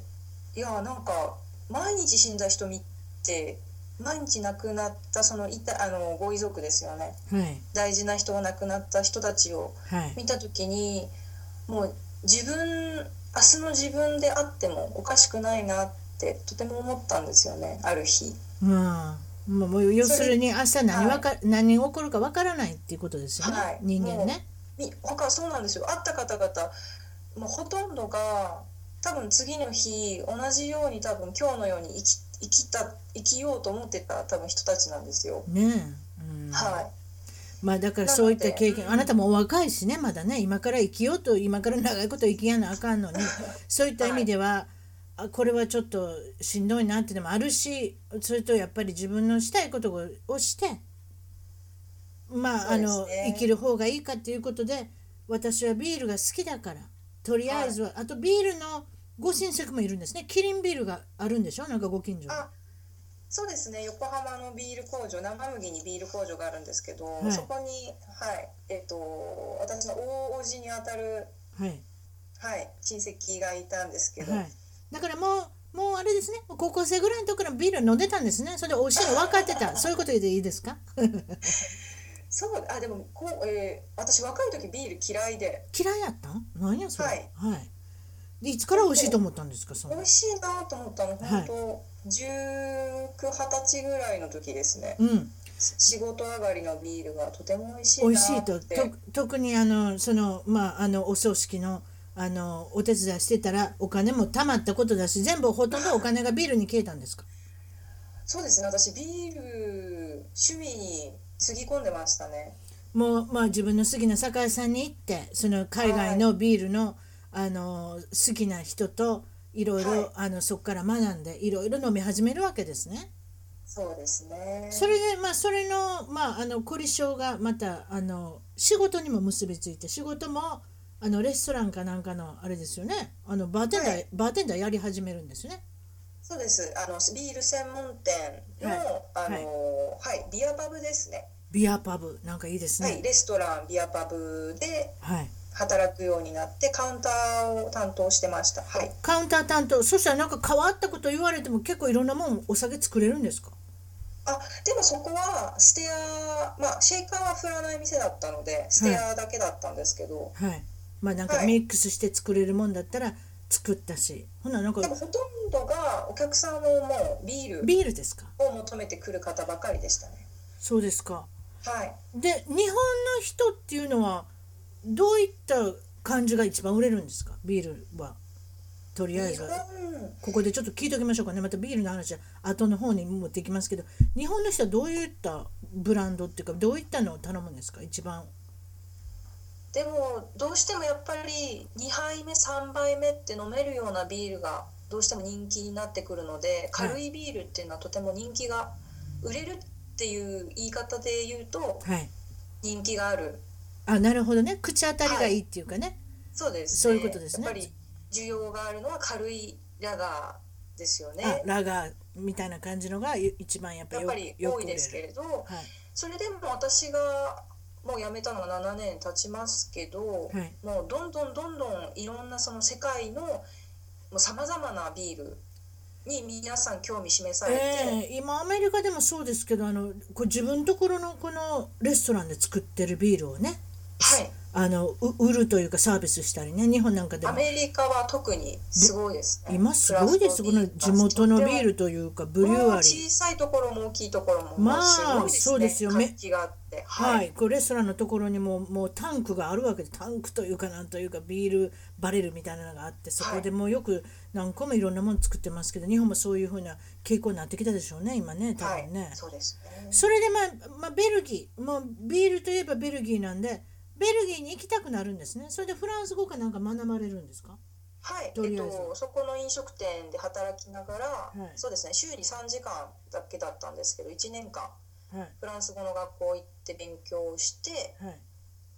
B: いやなんか毎日死んだ人見て毎日亡くなったそのいたあのご遺族ですよね
A: はい
B: 大事な人が亡くなった人たちを
A: はい
B: 見た時にもう自分明日の自分であってもおかしくないなってとても思ったんですよねある日
A: まあもうもう要するに明日何わか、何起こるかわからないっていうことですよね、
B: はい
A: 人間ね
B: に他そうなんですよ会った方々もうほとんどが多分次の日同じように多分今日のように生き生きた生きようと思ってた多分人たちなんですよ。
A: ねえ、うん
B: は
A: まあだからそういった経
B: なの
A: 験
B: で
A: あなたもお若いしねまだね今から生きようと今から長いこと生きやなあかんのにそういった意味では、あこれはちょっとしんどいなっていうのもあるしそれとやっぱり自分のしたいことをしてまあ,、あ
B: そ
A: の
B: うですね
A: 生きる方がいいかっていうことで私はビールが好きだからとりあえずは、あとビールのご親戚もいるんですねキリンビールがあるんでしょなんかご近所
B: い、
A: に
B: あそうですね横浜のビール工場生麦にビール工場があるんですけど、
A: い
B: そこに、はいえっと私の大叔父にあたる、
A: はい
B: はい、親戚がいたんですけど、
A: はい、だからもうもうあれですね高校生ぐらいの時からビール飲んでたんですねそれで美味しいの分かって たそういうことでいいですか
B: そうあでもこう、えー私若い時ビール嫌いで
A: 嫌いやったんなんやそれは
B: はいい、
A: でいつから美味しいと思ったんですかそ
B: 美
A: の
B: 味しいなと思ったの
A: はい
B: 本当1920歳ぐらいの時ですね
A: うん
B: 仕事上がりのビールがとても美味しい
A: 美
B: な
A: 味しい
B: って
A: とと特にあのそのまああのお葬式のあのお手伝いしてたらお金も貯まったことだし全部ほとんどお金がビールに消えたんですか
B: そうですね私ビール趣味につぎ込んでましたね
A: もうまあ自分の好きな酒屋さんに行ってその海外のビールの,、あの好きな人といろい
B: はい
A: ろあのそこから学んでいろいろ飲み始めるわけですね。
B: そうですね
A: それでまあそれのまああの凝り性がまたあの仕事にも結びついて仕事もあのレストランかなんかのあれですよねあのバーテンダー、
B: はい
A: バーテンダーやり始めるんですね。
B: そうですあのビール専門店の、
A: はい
B: あのはい、ビアパブですね
A: ビアパブなんかいいです
B: はい
A: ね。
B: レストランビアパブで
A: はい
B: 働くようになってカウンターを担当してましたはい
A: カウンター担当そしたらなんか変わったこと言われても結構いろんなもんお酒作れるんですか
B: あでもそこはステアまあシェイカーは振らない店だったのでステアだけだったんですけど、
A: はい、まあなんか
B: はい
A: ミックスして作れるもんだったら作ったし、ほななんか
B: でもほとんどがお客さんももうビール
A: ビールですか
B: を求めてくる方ばかりでしたね
A: そうですか
B: はい
A: で日本の人っていうのはどういった感じが一番売れるんですかビールはとりあえ
B: 日
A: ず
B: 本
A: ここでちょっと聞いておきましょうかねまたビールの話は後の方に持っていきますけど日本の人はどういったブランドっていうかどういったのを頼むんですか一番
B: でもどうしてもやっぱり2杯目3杯目って飲めるようなビールがどうしても人気になってくるので軽いビールっていうのはとても人気が売れるっていう言い方で言うと
A: はい
B: 人気がある
A: あなるほどね口当たりがいいっていうかね、
B: そうです、
A: そういうことですね
B: やっぱり需要があるのは軽いラガーですよね
A: あラガーみたいな感じのが一番やっぱ
B: やっ
A: よ
B: ぱり
A: よく
B: 多い
A: 売れ
B: で
A: る
B: すけれど
A: はい
B: それでも私がもう辞めたのが7年経ちますけど、
A: はい
B: もうどんどんどんどんいろんなその世界のさまざまなビールに皆さん興味示されて、
A: ええ今アメリカでもそうですけどあのこう自分ところのこのレストランで作ってるビールをね
B: はい
A: あのう売るというかサービスしたりね日本なんかで
B: ア
A: も
B: メリカは特にすごいですね
A: 今すごいですこの地元のビールというかブリュ
B: もう
A: ワリー
B: 小さいところも大きいところも
A: まあ
B: もうすご
A: そ
B: いですね、
A: うですよめ
B: 活気があって
A: はい、こうレストランのところにももうタンクがあるわけでタンクというかなんというかビールバレルみたいなのがあってそこでもうよく何個もいろんなもの作ってますけど日本もそういうふうな傾向になってきたでしょうね今ね多
B: はい
A: 分ね。
B: そうですね
A: それでまあ、まあ、ベルギーもうビールといえばベルギーなんでベルギーに行きたくなるんですねそれでフランス語かなんか学ばれるんですか
B: はい、
A: とり
B: えっ
A: あえず
B: と、そこの飲食店で働きながら、
A: はい
B: そうですね週に3時間だけだったんですけど1年間
A: はい
B: フランス語の学校行って勉強して、
A: はい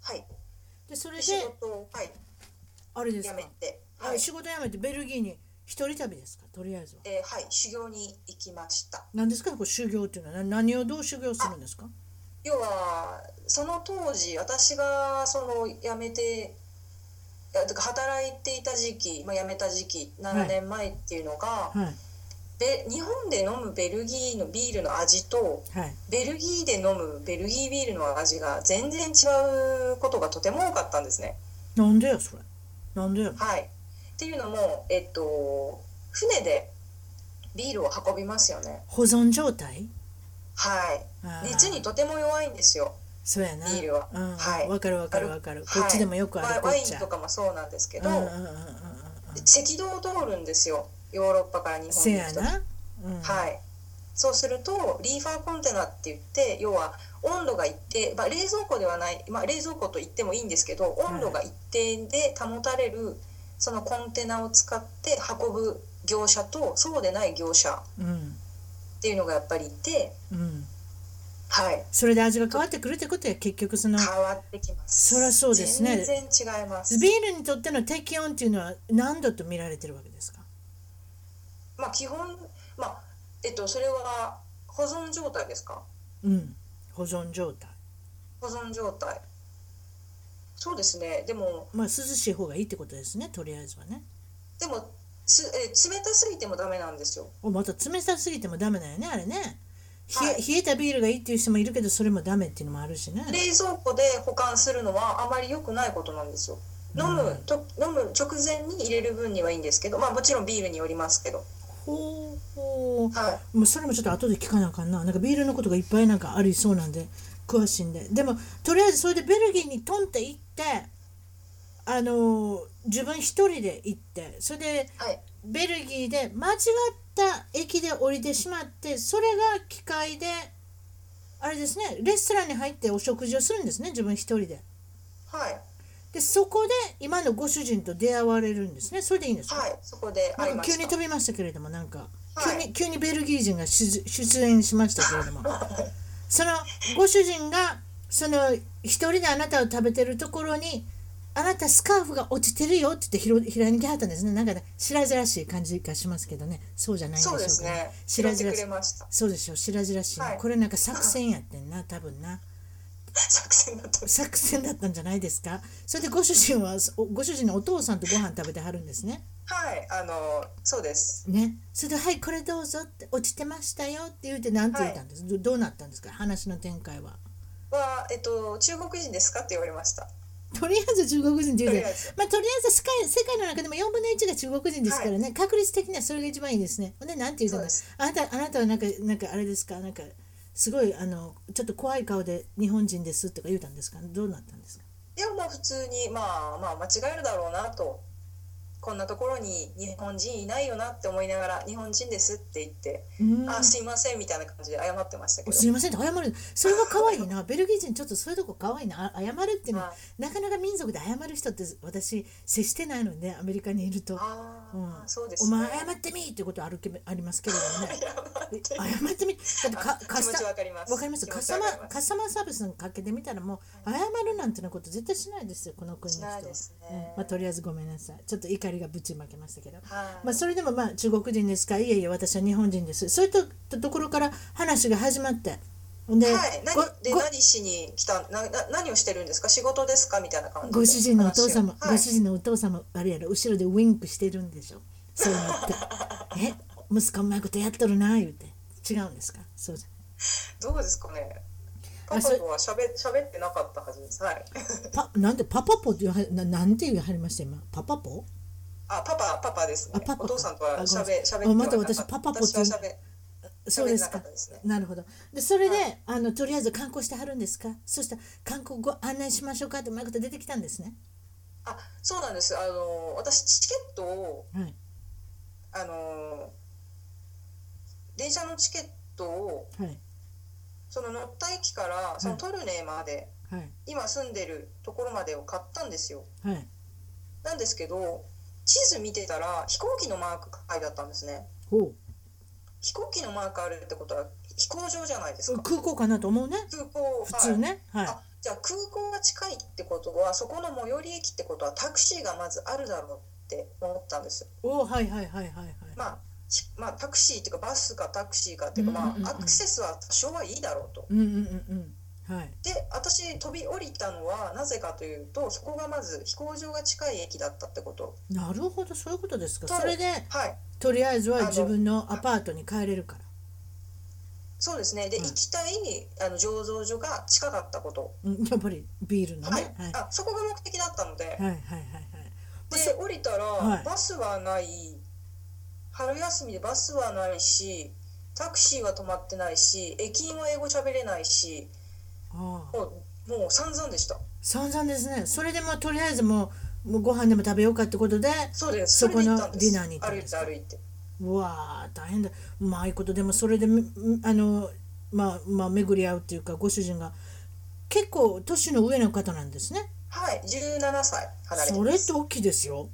B: はい、
A: でそれ
B: で
A: で
B: 仕事を、はい、
A: あれです
B: 辞
A: か
B: めて、
A: は、
B: はいい
A: 仕事辞めてベルギーに一人旅ですかとりあえずは
B: えーはい、修行に行きました
A: 何ですかこう修行っていうのはな何をどう修行するんですか
B: 要はその当時私がその辞めていやてか働いていた時期、まあ、辞めた時期7年前っていうのが、
A: はい
B: で日本で飲むベルギーのビールの味と
A: はい
B: ベルギーで飲むベルギービールの味が全然違うことがとても多かったんですね。
A: なんでよそれなんでよ
B: はい、っていうのも、えっと、船でビールを運びますよね。
A: 保存状態
B: はい、
A: あー
B: 熱にとても弱いんですよ
A: そうやな
B: ビールは
A: うん
B: はい
A: わかるわかるわかるこっちでもよくあ
B: ワ
A: る
B: イ
A: こ
B: ワイ
A: っち
B: ン
A: ゃ
B: とかもそうなんですけど、
A: うんうんうんうんうんうん
B: 赤道を通るんですよヨーロッパから日本
A: せ
B: に
A: や
B: 行くと。
A: な、うん、
B: はい、そうするとリーファーコンテナって言って要は温度が一定、まあ、冷蔵庫ではない、まあ、冷蔵庫と言ってもいいんですけど温度が一定で保たれるそのコンテナを使って運ぶ業者とそうでない業者
A: うん
B: っていうのがやっぱりいて、
A: うん
B: はい、
A: それで味が変わってくるってことや結局その
B: 変わってきます。
A: そりゃそうですね
B: 全然違います。
A: ビールにとっての適温っていうのは何度と見られてるわけですか
B: まあ基本まあえっとそれは保存状態ですか？
A: うん保存状態
B: 保存状態。そうですね。でも
A: まあ涼しい方がいいってことですねとりあえずはね
B: でもす、えー冷たすぎてもダメなんですよ。
A: おまた冷たすぎてもダメだよねあれね冷え,、
B: はい
A: 冷えたビールがいいっていう人もいるけどそれもダメっていうのもあるしね
B: 冷蔵庫で保管するのはあまり良くないことなんですよ。飲むと飲む直前に入れる分にはいいんですけど、まあもちろんビールによりますけど。
A: ほうほう
B: は
A: もうそれもちょっと後で聞かなあかんななんかビールのことがいっぱいなんかありそうなんで詳しいんででもとりあえずそれでベルギーにトンって行ってあのー自分一人で行ってそれで
B: いはい
A: ベルギーで間違った駅で降りてしまってそれが機械であれですねレストランに入ってお食事をするんですね自分一人で
B: はい
A: でそこで今のご主人と出会われるんですねそれでいいんですか、
B: はいそこであ
A: な
B: り
A: んか
B: ま
A: 急
B: し
A: に
B: た。
A: 飛びましたけれどもなんか、
B: はい
A: 急に急にベルギー人が出出演しましたけれどもそのご主人がその一人であなたを食べてるところにあなたスカーフが落ちてるよって言って拾拾いに来はったんですねなんかね白々しい感じがしますけどねそうじゃないんでしょ
B: そうう
A: か、
B: ですね。知
A: 白
B: らて
A: 々
B: く
A: し
B: れ
A: い
B: ました。
A: そうでしょ白々しいね、
B: はい
A: これなんか作戦やってんな多分な
B: 作戦だったんです。
A: 作戦だったんじゃないですかそれでご主人はおご主人のお父さんとご飯食べてはるんですね
B: はいあのそうです。
A: ね、それで「はいこれどうぞ」って「落ちてましたよ」って言うて何て言ったんです、どどうなったんですか話の展開は。
B: はえっと中国人ですかって言われました。
A: とりあえず中国人って言う
B: とりあえ
A: て
B: ず、
A: まあ、とりあえず世界世界の中でも4分の1が中国人ですからね、確率的にはそれが一番いいですね。ほんで何て言うたんですあなたあなたはなんかなんかあれですかなんかすごいあのちょっと怖い顔で「日本人です」とか言うたんですかどうなったんですか
B: いやまあ普通にまあまあ間違えるだろうなとこんなところに日本人いないよなって思いながら「日本人です」って言って
A: うん
B: 「あすいません」みたいな感じで謝ってましたけど
A: すいませんって謝るそれは可愛いなベルギー人ちょっとそういうとこ可愛いなあ謝るっていうのは
B: はい
A: なかなか民族で謝る人って私接してないのでアメリカにいると
B: あー
A: うん
B: そ
A: 「
B: うです
A: お
B: ね
A: 前 謝ってみ!」ってことあるけありますけれどもねえ謝ってみだってか
B: あ
A: カ
B: 気持
A: ス
B: ち
A: タ
B: わかります
A: わかります
B: 気持
A: カス
B: ち
A: タ
B: わ
A: マ
B: かり
A: ー
B: ま
A: カスタマーサービスのかけてみたらもう謝るなんてなこと絶対しないですよこの国の
B: し
A: 人は
B: ないです
A: うん
B: ね、
A: まあ、とりあえずごめんなさいちょっと怒りがぶちまけましたけど
B: はい
A: まあ、それでもまあ中国人ですかいえいえ私は日本人ですそういったところから話が始まってで,ご、
B: はい、何で何しに来たなな何をしてるんですか仕事ですかみたいな感じで
A: ごご主人のお父様、
B: 話をは
A: ご
B: い
A: 主人のお父様あれやろ後ろでウィンクしてるんでしょそういうのって え息子うまいことやっとるな言うて違うんですかそうじ
B: どうですかね
A: あ
B: パ
A: そ
B: パとはしゃべしゃべってなかったはずですはい
A: ゃパなんでパパポって言わはななんて言わはりました今パパポ
B: あパパパパですね
A: あパパ
B: お父さんと
A: あごめ
B: は
A: ん
B: しゃ
A: なさい
B: べしゃべ
A: あ
B: っては
A: また
B: なかった
A: 私パパポって
B: 私はしゃべ
A: そうです
B: 喋れなか
A: か
B: ったですね
A: なるほどでそれで、
B: は
A: あのとりあえず観光してはるんですかそしたら観光ご案内しましょうかってうまいこと出てきたんですね
B: あそうなんですあの私チケットを
A: はい
B: あの電車のチケットを
A: はい
B: その乗った駅からそのトルネまで、
A: はい
B: 今住んでるところまでを買ったんですよ
A: はい
B: なんですけど地図見てたら飛行機のマーク書いてあったんですね
A: ほう
B: 飛行機のマークあるってことは飛行場じゃないですか
A: 空港かなと思うね
B: 空港
A: 普通ねは
B: はいい、あじゃあ空港が近いってことはそこの最寄り駅ってことはタクシーがまずあるだろうって思ったんです
A: おおはいはいはいはいはい、
B: まあひまあタクシーっていうかバスかタクシーかっていうか、
A: うんうんうん
B: まあ、アクセスは多少はいいだろうと
A: うんうんうんうんはい
B: で私飛び降りたのはなぜかというとそこがまず飛行場が近い駅だったってこと
A: なるほどそういうことですか
B: そう
A: それで
B: はい
A: とりあえず
B: あ
A: は
B: の
A: 自分のアパートに帰れるから
B: そうですねで、
A: うん
B: 行きたいあの醸造所が近かったこと、
A: うんやっぱりビールの
B: はい
A: ねはいは
B: あそこが目的だったので、
A: いはいはいはい
B: で
A: そ
B: 降りたら、
A: はい
B: バスはない春休みでバスはないしタクシーは止まってないし駅員は英語喋れないし
A: ああ
B: もうもう散々でした
A: 散々ですねそれでまあとりあえずもうもうご飯でも食べようかってことで
B: そうです
A: そこの
B: れで行ったんです
A: ディナーに行ったん
B: 歩い
A: です
B: て
A: か
B: 歩いて
A: うわあ大変だうまいことでもそれでみあのまあまあ巡り合うっていうかご主人が結構年の上の方なんですね
B: はい17歳離れて
A: そ
B: ま
A: れっ
B: す
A: て大きいですよ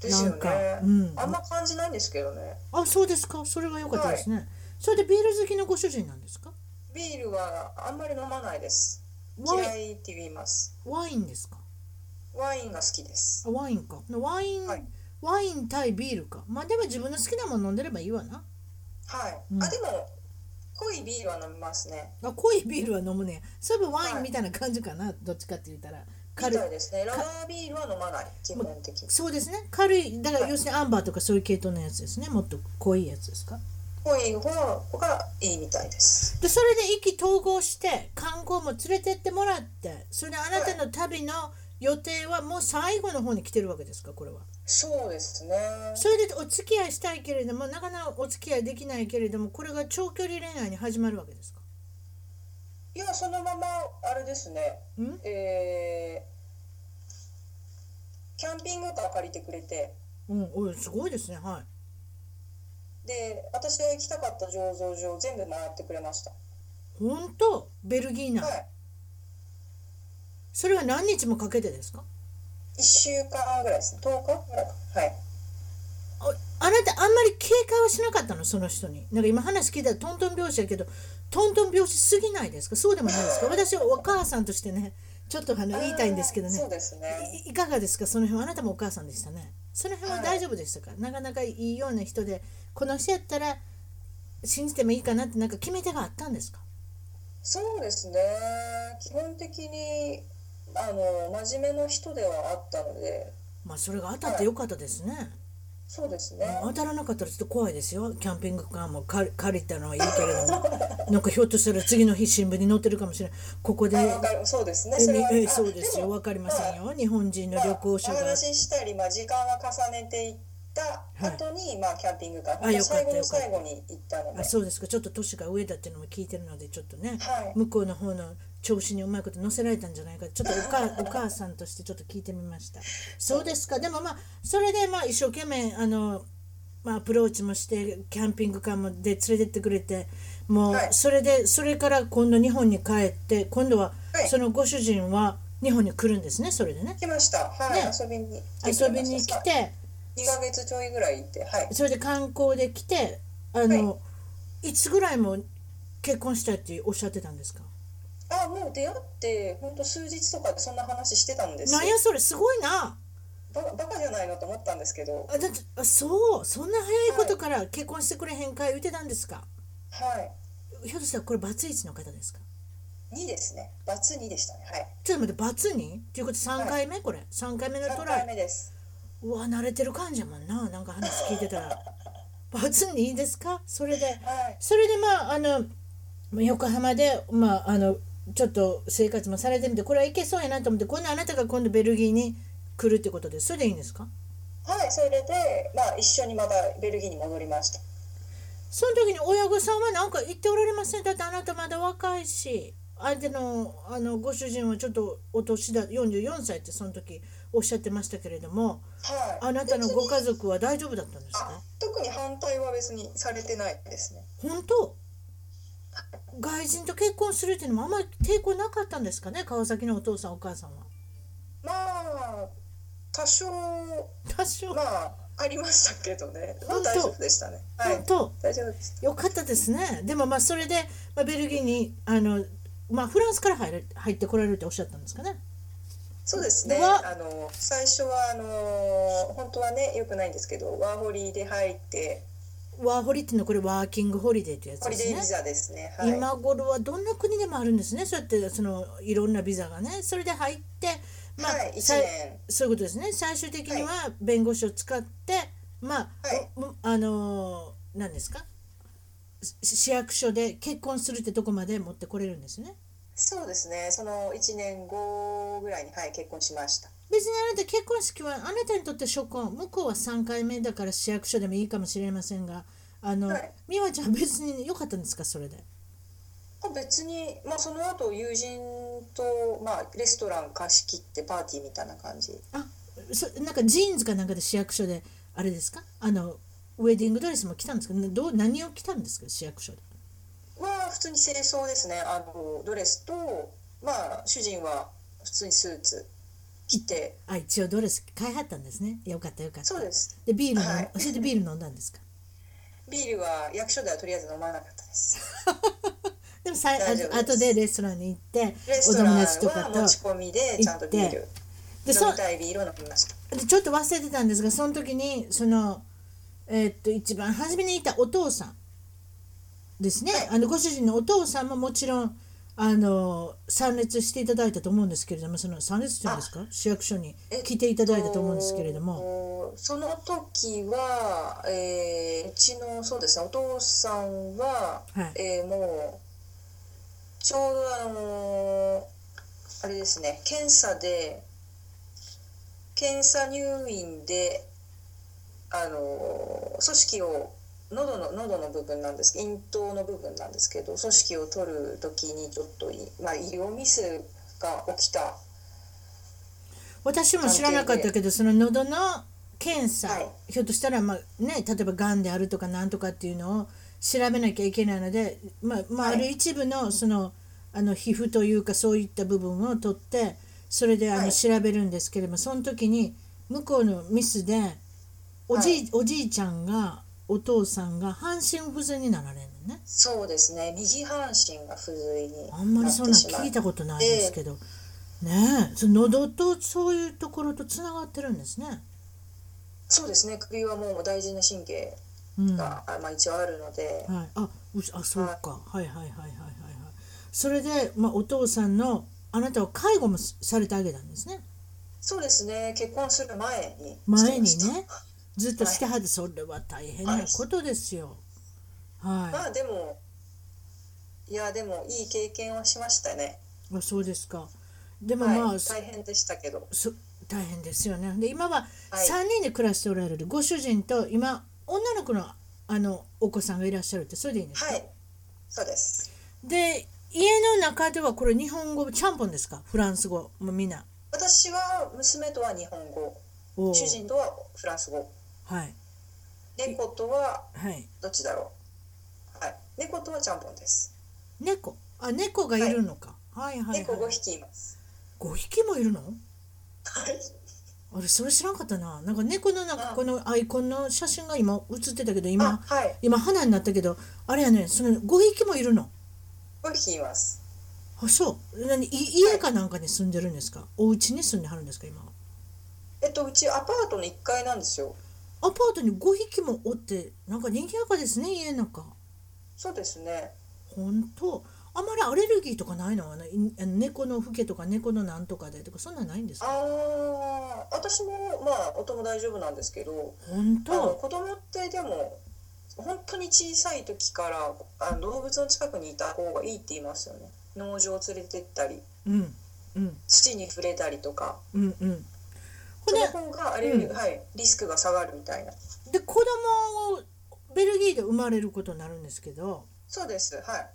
B: ですよ
A: なん
B: ね
A: かうん
B: あんま感じないんですけどね
A: あそうですかそれは良かったですね、それでビール好きのご主人なんですか
B: ビールはあんまり飲まないです
A: ワイン
B: 嫌いって言います
A: ワインですか
B: ワインが好きです
A: あワインかワイン、
B: はい
A: ワイン対ビールかまあでも自分の好きなもの飲んでればいいわな
B: はい、
A: うん
B: あでも濃いビールは飲みますね
A: あ濃いビールは飲むねそういえばワイ
B: は
A: ン
B: い
A: みたいな感じかな、どっちかって言ったら
B: み
A: 軽い
B: たいですねラガービールは飲まない基本的に
A: そうですね軽いだから
B: はい
A: 要するにアンバーとかそういう系統のやつですねもっと濃いやつですか
B: 濃い方がいいみたいです
A: でそれで意気投合して観光も連れてってもらってそれであなたの旅の予定はもう最後の方に来てるわけですかこれは
B: そうですね
A: それでお付き合いしたいけれどもなかなかお付き合いできないけれどもこれが長距離恋愛に始まるわけですか
B: いやそのままあれですね
A: ん
B: えーキャンピングカー借りてくれて
A: うんおいすごいですねは
B: で私が行きたかった醸造所を全部回ってくれました
A: い本当ベルギーナ、
B: はい
A: それは何日もかけてですか
B: 1週間ぐらいですね10日ぐらいかはい
A: ああなたあんまり警戒はしなかったのその人になんか今話聞いたらトントン拍子やけどトントン拍子すぎないですかそうでもないです か私はお母さんとしてねちょっとあの言いたいんですけど
B: あーそ
A: ね
B: うですね
A: いいかがですかその辺あなたもお母さんでしたねその辺は大丈夫でしたか、なかなかいいような人でこの人やったら信じてもいいかなってなんか決め手があったんですか
B: そうですね基本的にあの真面目な人ではあったので
A: まあそれが当たってよかったですね、
B: そうですね
A: 当たらなかったらちょっと怖いですよキャンピングカーも借り借りたのはいいけれど もなんかひょっとしたら次の日新聞に載ってるかもしれないここで
B: あわかるそうですね。
A: え
B: それは
A: えそうですよ
B: あも
A: わかりませんよ日本人の旅行者
B: まあお
A: が
B: 話ししたり、まあ時間は重ねていった後に、まあキャンピングカー、
A: あよかった
B: 最後の
A: よかった
B: 最後に行ったので、
A: あそうですかちょっと年が上だっていうのも聞いてるのでちょっとね
B: はい
A: 向こうの方の調子にうまいこと乗せられたんじゃないかちょっとおかお母さんとしてちょっと聞いてみましたそうですかでもまあそれでまあ一生懸命あの、まあ、アプローチもしてキャンピングカーもで連れてってくれてもう
B: はい
A: それでそれから今度日本に帰って今度は
B: はい
A: そのご主人は日本に来るんですねそれでね
B: 来ました。はい、
A: ね
B: 遊びに来て
A: 遊
B: くれ
A: び
B: ました
A: に来
B: はい
A: て
B: 2ヶ月ちょいぐらい行って、はい。
A: それで観光で来てあの、い、つぐらいも結婚したいっておっしゃってたんですか
B: あ、もう出会って、本当数日とかでそんな話してたんですよ
A: なんやそれすごいな
B: ババカじゃないのと思ったんですけど、
A: あだってあそうそんな早いことから結婚してくれへんか言うてたんですか、
B: は
A: ひょっとしたらこれバツイチの方ですか
B: い。2ですね。バツ2でしたね。はい。
A: ちょっと待ってバツにっていうこと3回目これ3回目のト
B: 3
A: ラ
B: 回
A: イ
B: 目です。
A: うわ慣れてる感じやもんななんか話聞いてたらバツにいいですかそれで
B: はい。
A: それでまああのまあ横浜でまああのちょっと生活もされてみてこれはいけそうやなと思って今度あなたが今度ベルギーに来るってことですそれでいいんですか
B: はい、それで、まあ、一緒にまたベルギーに戻りました。
A: その時に親御さんはなんか言っておられませんだってあなたまだ若いし相手のあのご主人はちょっとお年だ44歳ってその時おっしゃってましたけれども
B: はい。
A: あなたのご
B: 別に
A: 家族は大丈夫だったんです
B: あ
A: か
B: 特に反対は別にされてないですね。
A: 本当外人と結婚するっていうのもあんまり抵抗なかったんですかね川崎のお父さんお母さんは。
B: まあ、多少、
A: 多少
B: まあ、ありましたけどね。まあ、
A: 本当
B: 大丈夫でしたね。はい
A: 本。当
B: 大丈夫です。
A: よかったですねでもまあそれで、まあ、ベルギーにあの、まあ、フランスから入れ入ってこられるっておっしゃったんですかね
B: そうですね。
A: うわ
B: あの、最初は、あの、本当はね、良くないんですけど、ワーホリで入って、
A: ワーホリっていうのはこれワーキングホリデーってやつ
B: ホ
A: で
B: リデービ
A: すね
B: ザですね。はい。
A: 今頃はどんな国でもあるんですねそうやってそのいろんなビザがねそれで入ってまあ、
B: はい、一
A: さい
B: 年。
A: そういうことですね最終的には弁護士を使って、まあ、
B: はい
A: おもあのー何ですかし市役所で結婚するってとこまで持ってこれるんですね
B: そうですね。その一年後ぐらいに、はい、結婚しました。
A: 別にあなた結婚式はあなたにとって初婚向こうは3回目だから市役所でもいいかもしれませんがあの、
B: はい
A: 美和ちゃん別に良かったんですかそれで
B: まあ別に、まあ、その後友人と、まあ、レストラン貸し切ってパーティーみたいな感じ
A: あそなんかジーンズかなんかで市役所であれですかあのウェディングドレスも着たんですかなどう何を着たんですか市役所で
B: は普通に清掃ですねあのドレスと、まあ、主人は普通にスーツ着て
A: あ一応ドレス買いはったんですねよかったよかった
B: そうです
A: でビールの、
B: はい
A: それでビール飲んだんですか
B: ビールは役所ではとりあえず飲まなかったです
A: でもさい
B: 大丈夫
A: あ
B: です
A: 後でレストランに行って
B: レ
A: お
B: ストラン
A: 友達とか
B: は
A: と
B: 持ち込みでちゃんとビール
A: で
B: 飲
A: そ
B: みたいビールを飲みました
A: でちょっと忘れてたんですがその時にそのえーっと一番初めにいたお父さんですね、あのご主人のお父さんももちろんあの参列していただいたと思うんですけれどもその参列っていうんですか市役所に来ていただいたと思うんですけれども、
B: もその時は、えーうちのそうですねお父さんは、
A: はい
B: えーもうちょうどあのーあれですね検査で検査入院であのー組織を喉の喉の部分なんです咽頭の部分なんですけど組織を取る時にちょっとい、まあ、医療ミスが起きた
A: 私も知らなかったけどその喉の検査、
B: はい
A: ひょっとしたら、まあね、例えばがんであるとかなんとかっていうのを調べなきゃいけないので、まあまあ、
B: は
A: あ
B: い
A: る一部のそのあの皮膚というかそういった部分を取ってそれであ
B: は
A: の
B: い
A: 調べるんですけれども、その時に向こうのミスでおじい,、おじいちゃんがお父さんが半身不全になられるのね。
B: そうですね右半身が不随に
A: あんまりそんなん
B: なっ
A: 聞い
B: てしまう
A: たことないですけど、ねえその喉とそういうところとつながってるんですね。
B: そうですね首はもう大事な神経
A: うん
B: が、あまあ、一応あるので、
A: はい、あうしあそうか、はい、はいはいはいはいはいそれで、まあ、お父さんのあなたは介護もすされてあげたんですね
B: そうですね結婚する前に
A: 前にね
B: してました
A: ずっとしてはって、それは大変なことですよは
B: まあでもいやでもいい経験をしましたね、
A: いあそうですかでも
B: はい
A: まあ、そ
B: 大変でしたけど
A: そ大変ですよねで今は
B: はい
A: 3人で暮らしておられるご主人と今女の子のあのお子さんがいらっしゃるってそれでいいんですか、
B: はいそうです
A: で家の中ではこれ日本語ちゃんぽんですかフランス語もうみんな
B: 私は娘とは日本語
A: おー
B: 主人とはフランス語
A: はい
B: 猫とは
A: はい
B: どっちだろうはい猫とはちゃんぽんです
A: 猫あ猫がいるのか、はい、はいはい
B: 猫5匹います
A: 五匹もいるの
B: はい
A: あれそれ知らんかったななんか猫のなんか
B: あ
A: このアイコンの写真が今写ってたけど
B: あ
A: 今
B: はい
A: 今花になったけどあれやねその五匹もいるの
B: 5匹います
A: あそう何い家かなんかに住んでるんですかお家に住んではるんですか今は
B: えっとうちアパートの1階なんですよ
A: アパートに五匹もおってなんか賑やかですね家の中
B: そうですね
A: 本当あまりアレルギーとかないのあのいあの猫のフケとか猫のなんとかでとかそんなんないんです
B: あ
A: か
B: あ私もまあ音も大丈夫なんですけど
A: 本
B: あの
A: 当
B: 子供ってでも本当に小さい時からあの動物の近くにいた方がいいって言いますよね農場を連れてったり
A: うんうん
B: 土に触れたりとか
A: うんうんほん
B: そ
A: で
B: の方があれより、
A: うん
B: はい、リスクが下がるみたいな
A: で子供をベルギーで生まれることになるんですけど
B: そうですはい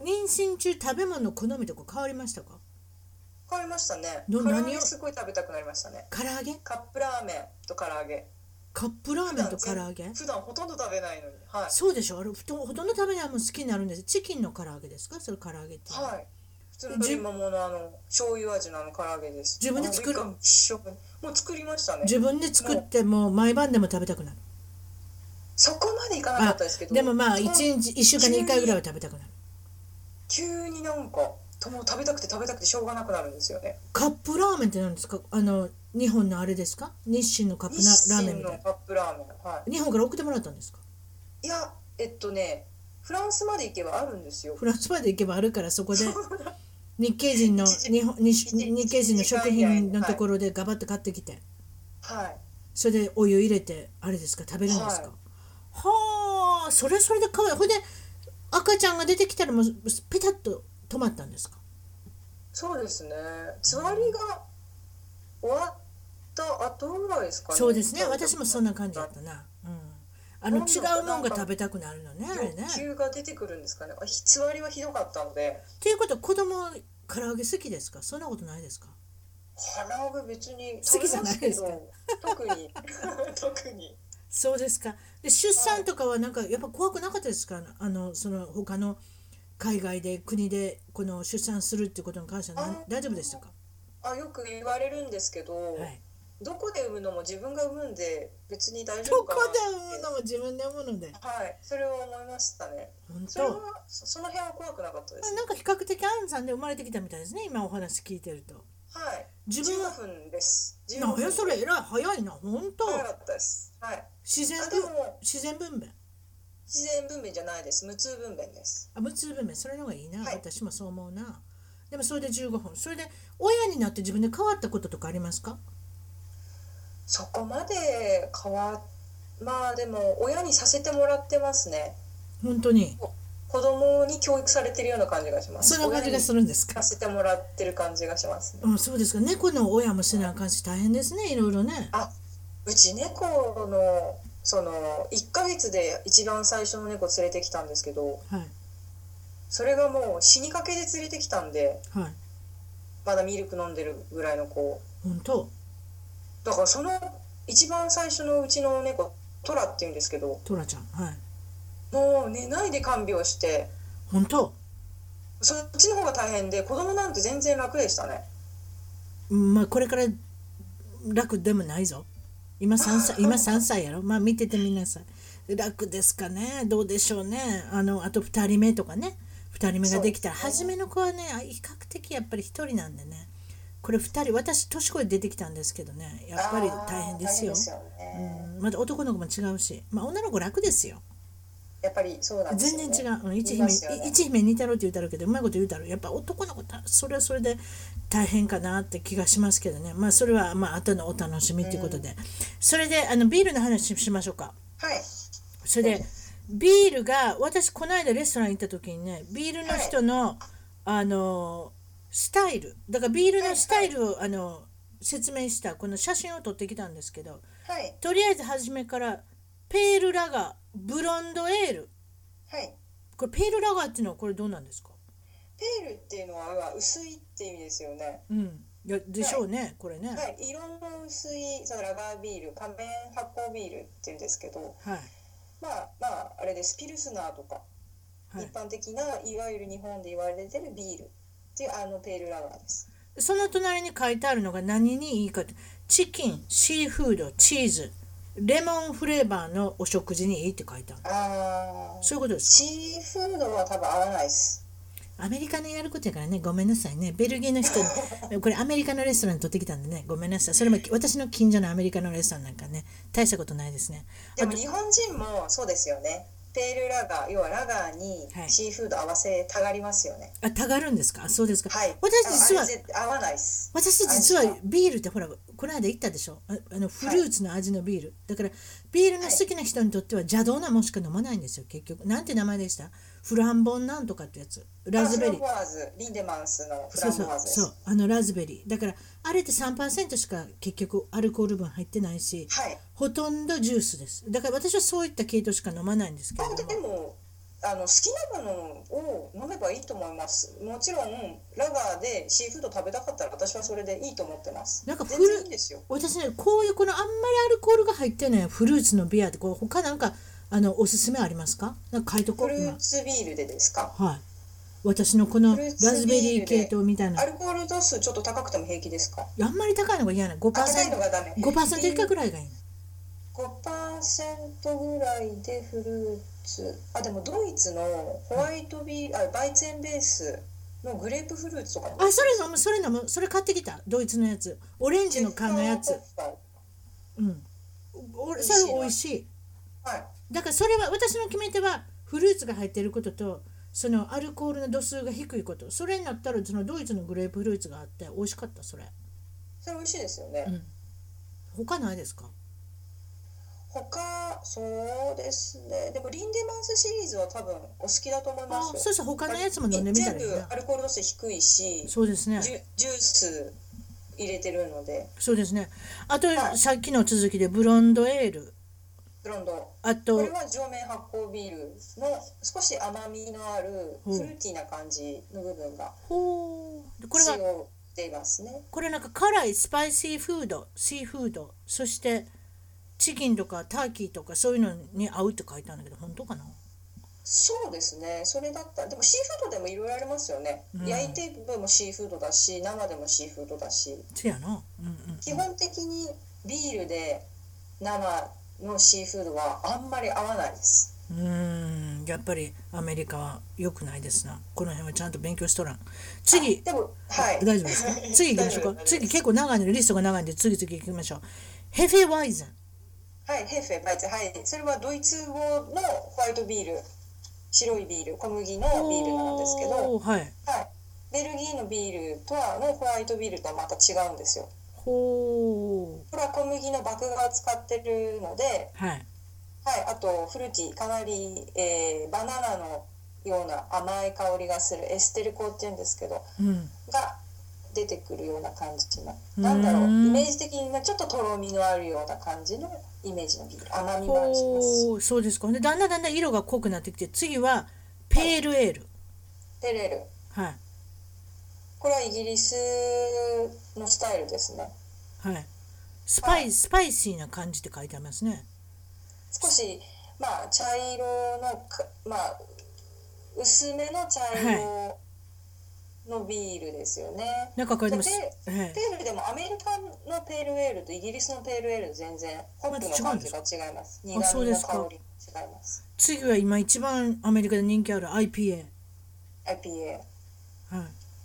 A: 妊娠中食べ物の好みとか変わりましたか
B: 変わりましたね
A: ど
B: 唐揚
A: 何
B: げ
A: を
B: すごい食べたくなりましたね
A: 唐揚げ
B: カップラーメンと唐揚げ
A: カップラーメンと唐揚げ
B: 普段ほとんど食べないのにはい
A: そうでしょあれほとほとんど食べないもん好きになるんですチキンの唐揚げですかそれ唐揚げって、
B: はい。普通の鶏もものあの醤油味のあの唐揚げです。
A: 自分で作る
B: あの一貫一生もう作りましたね。
A: 自分で作ってもう毎晩でも食べたくなる
B: そこまでいかなかったですけど。
A: でもまあ
B: そ
A: 1
B: の
A: 日1週間に1回ぐらいは食べたくなる
B: 急になんかともう食べたくて食べたくてしょうがなくなるんですよね。
A: カップラーメンって何ですかあの日本のあれですか日清のカップ
B: 日
A: なラーメン
B: 清
A: みたい
B: の
A: な
B: カップラーメン。は
A: 日本から送ってもらったんですか
B: い。いやえっとねフランスまで行けばあるんですよ。
A: フランスまで行けばあるからそこで日系人の
B: 一時
A: 日本日
B: 一時
A: 日系人の食品のところでガバッと買ってきて
B: はい。
A: それでお湯入れてあれですか食べるんですか
B: はい
A: はあそれはそれで可愛いほいで赤ちゃんが出てきたらもうペタッと止まったんですか
B: そうですね。つわりが終わった後ぐらいですかね。
A: そうですね私もそんな感じだったな、うん、あの
B: なん
A: 違
B: だ
A: う
B: ろう
A: もん
B: なん
A: が
B: か
A: 食べたくなるのねあれね
B: 欲求が出てくるんですかね。あひつわりはひどかったので。
A: っていうことは子供は唐揚げ好きですかそんなことないですか
B: 唐揚げ別に
A: 好きじゃないですか
B: 食べますけど 特に特に
A: そうですかで出産とかはなんかやっぱ怖くなかったですかあのその他の海外で国でこの出産するっていうことに関してはな
B: あ
A: 大丈夫でしたか
B: あよく言われるんですけど、
A: はい
B: どこで産むのも自分が産むんで別に大丈
A: ど
B: 夫
A: こ
B: かなって
A: で産むのも自分で産むので
B: はいそれを思いましたね
A: 本
B: それ
A: 当
B: はそその辺は怖くなかったです
A: なんか比較的安産で生まれてきたみたいですね今お話聞いてると
B: はい
A: 自分は
B: 15分です15
A: なん
B: 分
A: やそれえらい早いな本当
B: 早かったですはい
A: 自然
B: あで
A: 分
B: も
A: 自然分娩
B: 自然分娩じゃないです無痛分娩です
A: あ無痛分娩それの方がいいな、
B: はい
A: 私もそう思うなでもそれで15分それで親になって自分で変わったこととかありますか
B: そこまで変わまあでも親にさせてもらってますね
A: 本当に
B: 子供に教育されてるような感じがします
A: そんな感じがするんです
B: さ
A: か
B: せてもらってる感じがしますね。
A: うん、そうですか猫の親もしなあかんし大変ですねいろいろね
B: あうち猫のその1ヶ月で一番最初の猫連れてきたんですけど
A: はい
B: それがもう死にかけで連れてきたんで
A: はい
B: まだミルク飲んでるぐらいの子
A: 本当
B: だからその一番最初のうちの猫トラっていうんですけど
A: トラちゃんはい
B: もう寝ないで看病して
A: 本当
B: そっちの方が大変で子供なんて全然楽でしたね
A: うんまあこれから楽でもないぞ今3歳 今3歳やろまあ見ててみなさい楽ですかねどうでしょうねあのあと2人目とかね2人目ができたら
B: そうです
A: 初めの子はねあ比較的やっぱり1人なんでねこれ2人私年越え出てきたんですけどねやっぱり大変ですよ
B: あー大変ですよね、
A: うんまた男の子も違うし、まあ、女の子楽ですよ
B: やっぱりそうなんですよ、ね、
A: 全然違う、うん、一
B: 言い
A: 姫
B: ますよね
A: 一姫似たろうって言うたろうけどうまいこと言うたろうやっぱ男の子たそれはそれで大変かなって気がしますけどねまあそれはまあ後のお楽しみっていうことで、それであのビールの話しましょうか
B: はい
A: それでビールが私この間レストラン行った時にねビールの人の、あのスタイルだからビールのスタイルをあの説明したこの写真を撮ってきたんですけど
B: はい
A: とりあえず初めからペールラガーブロンドエール
B: はい
A: これペールラガーっていうのはこれどうなんですか
B: ールっていうのは薄いって意味ですよね。
A: うんいやでしょうね、これね
B: は、い、色の薄いそのラガービール、仮面発酵ビールっていうんですけど、
A: はい
B: まあまああれです。ピルスナーとか、
A: はい
B: 一般的ないわゆる日本で言われてるビールっていうあのペールラガーです。
A: その隣に書いてあるのが何にいいかってチキンシーフードチーズレモンフレーバーのお食事にいいって書いてある
B: ああ、
A: そういうことです
B: シーフードは多分合わないです。
A: アメリカのやることやからねごめんなさいねベルギーの人 にこれアメリカのレストランに取ってきたんでねごめんなさいそれも私の近所のアメリカのレストランなんかね大したことないですね
B: でも日本人もそうですよね。ペールラガー、要はラガーに
A: はい
B: シーフード合わせたがりますよね。
A: あたがるんですかあそうですか、
B: はい。
A: 私実は
B: あれ絶対合わないです。
A: 私実はビールってほらこの間言ったでしょああのフルーツの味のビール、だからビールの好きな人にとっては邪道なもんしか飲まないんですよ結局なんて名前でしたフランボンなんとかってやつラズベリ
B: フ
A: ー
B: ランボワーズ、リンデマンスのフ
A: そ
B: ラ
A: う
B: ンボ
A: そう
B: ワーズです。
A: そうあのラズベリーだからあれって3%しか結局アルコール分入ってないし
B: はい。
A: ほとんどジュースですだから私はそういった系統しか飲まないんですけれ
B: あ
A: ど
B: でで
A: も
B: もあの好きなものを飲めばいいと思います。もちろんラガーでシーフード食べたかったら私はそれでいいと思ってます。
A: なんか
B: 全
A: フル
B: 然いいんですよ。
A: 私ねこういうこのあんまりアルコールが入ってないフルーツのビアってこれ他なんかあのおすすめありますかなんか書いとこ
B: フ
A: う
B: ル
A: 今
B: ーツビールでですか。
A: はい。私のこの
B: フル
A: ラ
B: ーツビールで
A: ズベリー系統みたいな。
B: ア
A: あ
B: ルコール度数ちょっと高くても平気ですか。
A: んまり高いのが嫌なの。5%,
B: あ高いのがダメ。
A: 5%以下ぐらいがいいの。
B: 5%ぐらいでフルーツあでもドイツのホワイトビールあバイツェンベースのグレープフルーツとかも
A: あ、それ飲む、それ飲む。それ買ってきた。ドイツのやつ。オレンジの缶のやつ
B: は。
A: うん。おそれ美味しい。
B: い
A: だからそれは私の決め手はフルーツが入っていることと、そのアルコールの度数が低いこと。それになったらそのドイツのグレープフルーツがあって美味しかった、それ。
B: それ美味しいですよね、
A: うん。他ないですか
B: 他そうですねでもリンデマンスシリーズは多分お好きだと思いま
A: あ
B: す
A: そ
B: よ
A: うそう、他のやつも飲んでみたらいい
B: 全
A: な
B: 部ア。ルコール度数低いし
A: そうですね。
B: ジュジュース入れてるので
A: そうですね。あと、
B: はい
A: さっきの続きでブロンドエール、
B: ブロンド
A: あ
B: ことれは上面発酵ビールの少し甘みのあるフルーティーな感じの部分が
A: ほうこれ
B: 使
A: は
B: 用でいますね。
A: これなんか辛いスパイシーフード、シーフード、そしてチキンとかターキーとかそういうのに合うって書いてあるんだけど本当かな？
B: そうですね。それだったらでもシーフードでもいろいろありますよね。
A: うん
B: 焼いてでもシーフードだし、生でもシーフードだし、
A: そうやな。うんうん。
B: 基本的にビールで生のシーフードはあんまり合わないです。
A: うーんやっぱりアメリカは良くないですな。この辺はちゃんと勉強しとらん。次
B: でもはい。
A: 大丈夫ですか次行きましょうか。
B: 大丈夫で
A: 次
B: す
A: 結構長いのでリストが長いんで次々行きましょう。ヘフェワイゼン。
B: はい、ヘーフェバイツはい。それはドイツ語のホワイトビール、白いビール、小麦のビールなんですけど。
A: おーはい。
B: はい、ベルギーのビールとはのホワイトビールとはまた違うんですよ。
A: ほう
B: これは小麦の麦芽を使ってるので、
A: はい。
B: はい、あとフルーティーかなり、えーバナナのような甘い香りがするエステルコっていうんですけど
A: うん。
B: が出てくるような感じの
A: うーん
B: なんだろうイメージ的にちょっととろみのあるような感じのイメージのビール甘みもありますし
A: ほうそうですかでだんだんだんだん色が濃くなってきて次はペールエール
B: ペレル
A: はい
B: これはイギリスのスタイルですね
A: はいスパイスパイシーな感じって書いてありますね
B: 少しまあ茶色のかまあ薄めの茶色のビールですよね。
A: なんかこれでも、
B: です
A: はい
B: ペ、ールでもアメリカのペールエールとイギリスのペールエール全然ホップの感じが違います。苦
A: また違うんですかあそう
B: 味
A: で
B: の
A: すか
B: 香りが違います。
A: 次は今一番アメリカで人気ある IPA
B: IPA。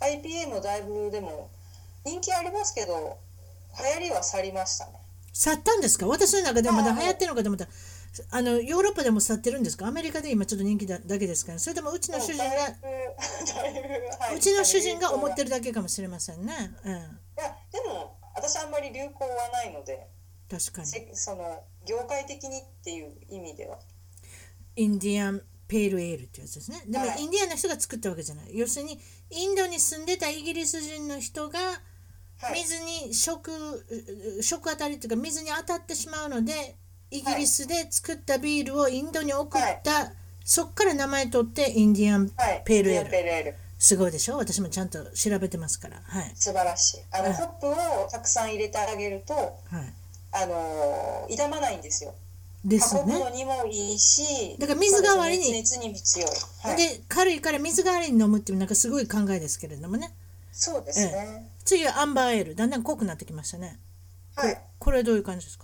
A: はい
B: IPA もだいぶでも人気ありますけど流行りは去りましたね。
A: 去ったんですか私の中でまだ流行ってるのかと思ったあのヨーロッパでも去ってるんですかアメリカで今ちょっと人気だだけですからそれともうちの主人が
B: だいぶだいぶはいう
A: ちの主人が思ってるだけかもしれませんねうん
B: いやでも私あんまり流行はないので。
A: 確かに
B: せその業界的にっていう意味では
A: インディアンペールエールってやつですねでも
B: はい
A: インディアンの人が作ったわけじゃない要するにインドに住んでたイギリス人の人が
B: はい
A: 水に食、うう食当たりというか水に当たってしまうのでイギリスで作ったビールをインドに送った、そっから名前取ってインディアン
B: はい
A: ペールエール
B: ペールエール
A: すごいでしょ私もちゃんと調べてますからはい
B: 素晴らしいあの、
A: はい
B: ホップをたくさん入れてあげると
A: はい
B: あの傷まないんですよ
A: ですよ
B: 運ぶ
A: ね
B: のにもいいし
A: だから水代わりに
B: そうですね熱にも強い、はい、
A: で軽いから水代わりに飲むっていうなんかすごい考えですけれどもね
B: そうですね、
A: 次はアンバーエールだんだん濃くなってきましたね
B: はい
A: これどういう感じですか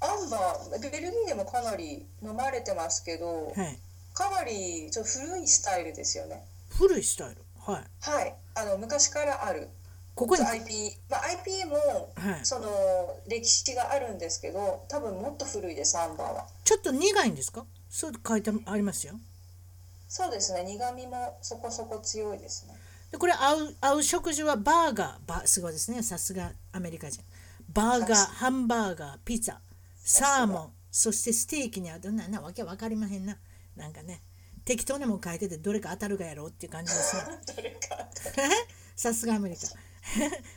B: アンバーベルギーでもかなり飲まれてますけど、
A: はい
B: かなりちょっと古いスタイルですよね
A: 古いスタイルはい
B: はいあの昔からある
A: ここに
B: IP、まあ、IPA も
A: はい
B: その歴史があるんですけど多分もっと古いですアンバーは
A: ちょっと苦いんですかそう書いてありますよ
B: そうですね苦味もそこそこ強いですね
A: でこれ合う合う食事はバーガーバすごいですねさすがアメリカ人バーガーハンバーガーピザサーモンそしてステーキにはどんななわけわかりまへんななんかね適当なもん書いててどれか当たるかやろうっていう感じですね
B: どれか
A: さすがアメリカ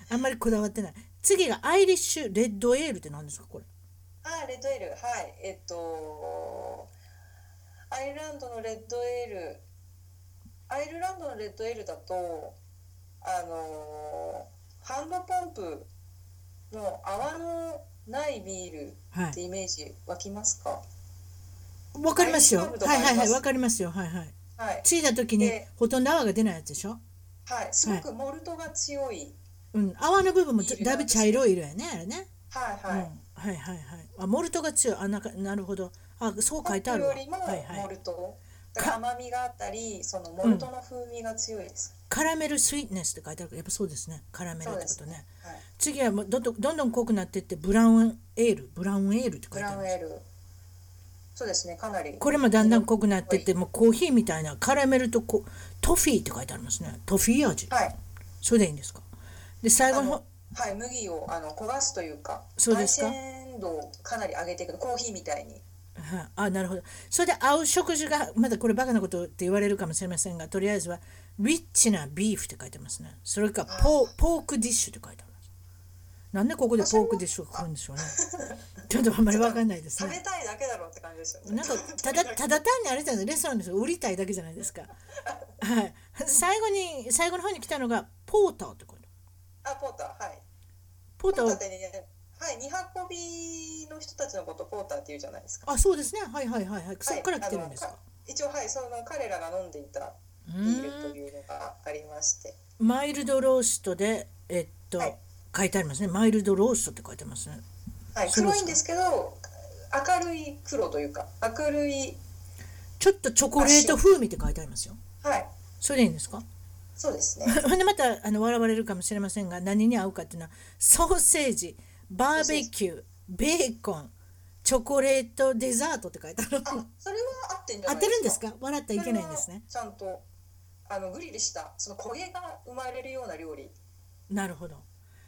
A: あんまりこだわってない次がアイリッシュレッドエールって何ですかこれ
B: あレッドエールはいえっとアイルランドのレッドエールアイルランドのレッドエールだとあのハンドポンプの泡のないビール
A: は
B: って
A: い
B: イメージ湧きますか
A: わかりますよ
B: アイリッシュレッド
A: はいはい
B: わか
A: は
B: り
A: い
B: ます
A: わかりますよはいはい
B: はい、
A: ついた時に
B: で
A: ほとんど泡が出ないやつでしょ
B: はい、すごくモルトが強い
A: うん泡の部分もずだいぶ茶色い色やねあれね
B: は
A: う
B: い
A: ん
B: はい、
A: はいはいはい。あ、モルトが強い。あ、なんか、なるほど。あ、そう書いてあるわ。
B: よ
A: はい
B: りも
A: は
B: モ
A: い。
B: ルト、だから甘みがあったりそのモルトの風味が強いです、
A: カラメルスイートネスって書いてあるから、やっぱそうですね。カラメルってこ
B: そ
A: と
B: うです
A: ね。
B: はい、
A: 次はもうどんどんどんどん濃くなってって、ブラウンエール、ブラウンエールって書
B: ブ
A: いて
B: ラ
A: あ
B: ウン
A: る。
B: エールそうですねかなり
A: これもだんだん濃くなってって、もうコーヒーみたいな、カラメルとこトフィーって書いてありますね。トフィー味。
B: はい
A: それでいいんですか。で、最後
B: あ
A: の
B: の
A: 方、
B: はい麦をあの焦がすというか
A: そうですか
B: 焙煎度をかなり上げていくコーヒーみたいに
A: はいあ、なるほど。それで合う食事が、まだこれバカなことって言われるかもしれませんが、とりあえずは、リッチなビーフって書いてますね。それかポー、ポークディッシュって書いてあります。なんでここでポークディッシュが来るんでしょうね。 ちょっとあんまりわかんないです
B: 食べ
A: ね。
B: たいだけだろうって感じですよね
A: なんかただただ単にあれじゃないレストランです売りたいだけじゃないですか。はい。最後に最後の方に来たのがポーターってこと。
B: あポーターはい
A: ポータ
B: ポータ
A: ー
B: ーってねはい二箱びの人たちのことポーターって言うじゃないですか
A: あそうですねはいはいはいはいそこから来てるんです
B: はい
A: か。
B: あの一応はいその彼らが飲んでいた
A: う
B: ビール
A: ーん
B: というのがありまして
A: マイルドローストでえっと、
B: はい
A: 書いてありますねマイルドローストって書いてますね。
B: はい
A: そうです
B: 黒
A: か
B: いんですけど明るい黒というか明るい
A: ちょっとチョコレート風味って書いてありますよ。
B: はい
A: それでいいんですか。
B: そうですね
A: ほんでまたあの笑われるかもしれませんが何に合うかっていうのはソーセージバーベキューベーコンチョコレートデザートって書いてある
B: あそれは合ってんじゃ
A: 当
B: ない
A: てるんです
B: か
A: か笑ったらいけないんですね
B: それはちゃんとあのグリルしたその焦げが生まれるような料理
A: なるほど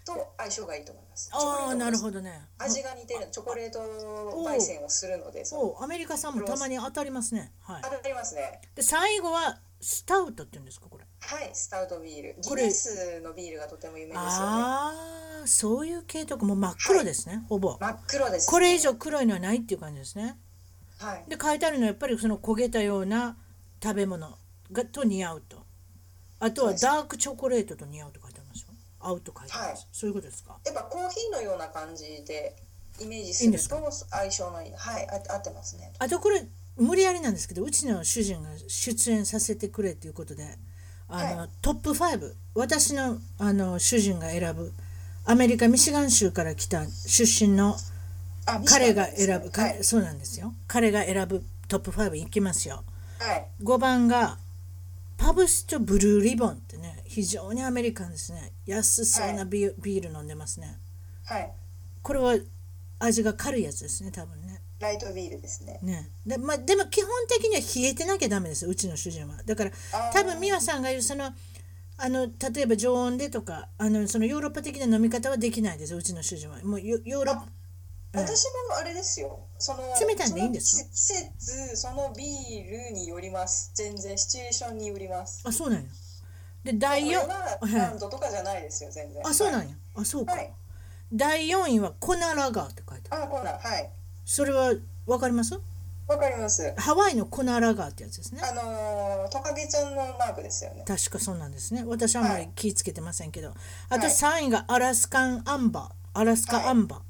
B: と相性がいいと思います
A: ああなるほ
B: ど
A: どね
B: 味が似てるチョコレート焙煎をするのでその
A: おアメリカさんもたまに当たりますねはい
B: 当たりますね
A: で最後はスタウトって言うんですかこれ
B: はいスタウトビール
A: こ
B: ギ
A: れ
B: ネスのビールがとても有名ですよね
A: ああそういう系統もう真っ黒ですねほぼ
B: 真っ黒です、
A: これ以上黒いのはないっていう感じですね
B: はい
A: で書いてあるのはやっぱりその焦げたような食べ物がと似合うとあとは
B: そうです
A: ダークチョコレートと似合うと書いてありますよ合うと書いてあります、
B: は
A: そういうことですか
B: やっぱコーヒーのような感じでイメー
A: い
B: ジ
A: いん
B: す
A: で
B: る
A: す
B: と相性のいいはいあ合ってますね
A: あとこれ無理やりなんですけどうちの主人が出演させてくれということであの、
B: は
A: トップ5私のあの主人が選ぶアメリカミシガン州から来た出身の
B: あミシガン
A: 彼が
B: ですね
A: 選ぶ、
B: はい
A: 彼そうなんですよ彼が選ぶトップ5いきますよ
B: はい
A: 5番がパブストブルーリボンってね非常にアメリカンですね安そうなビ,、ビール飲んでますね
B: はい
A: これは味が軽いやつですね多分ね
B: ライトビールですね
A: ねで,、まあ、でも基本的には冷えてなきゃダメですうちの主人はだから
B: あー
A: 多分美和さんが言うそのあの例えば常温でとかあのそのヨーロッパ的な飲み方はできないですうちの主人はもうヨヨーロッパええ
B: 私もあれですよその
A: 冷たいのでいいんです
B: その季節そのビールによります全然シチュエーションによります
A: あそうなんやで第
B: こ
A: 4
B: れ
A: は
B: は何度とかじゃないですよ全然
A: あそうな
B: はい
A: んやあそうか、
B: はい
A: 第4位はコナラガーって書いてある
B: あこうなんはい
A: それはわかります
B: わわかります。
A: ハワイのコナラガーってやつですね
B: あのートカゲちゃんのマークですよね。
A: 確かそうなんですね私あんまり気ぃつけてませんけど、あと
B: はい
A: 3位がアラスカンアンバーアラスカアンバ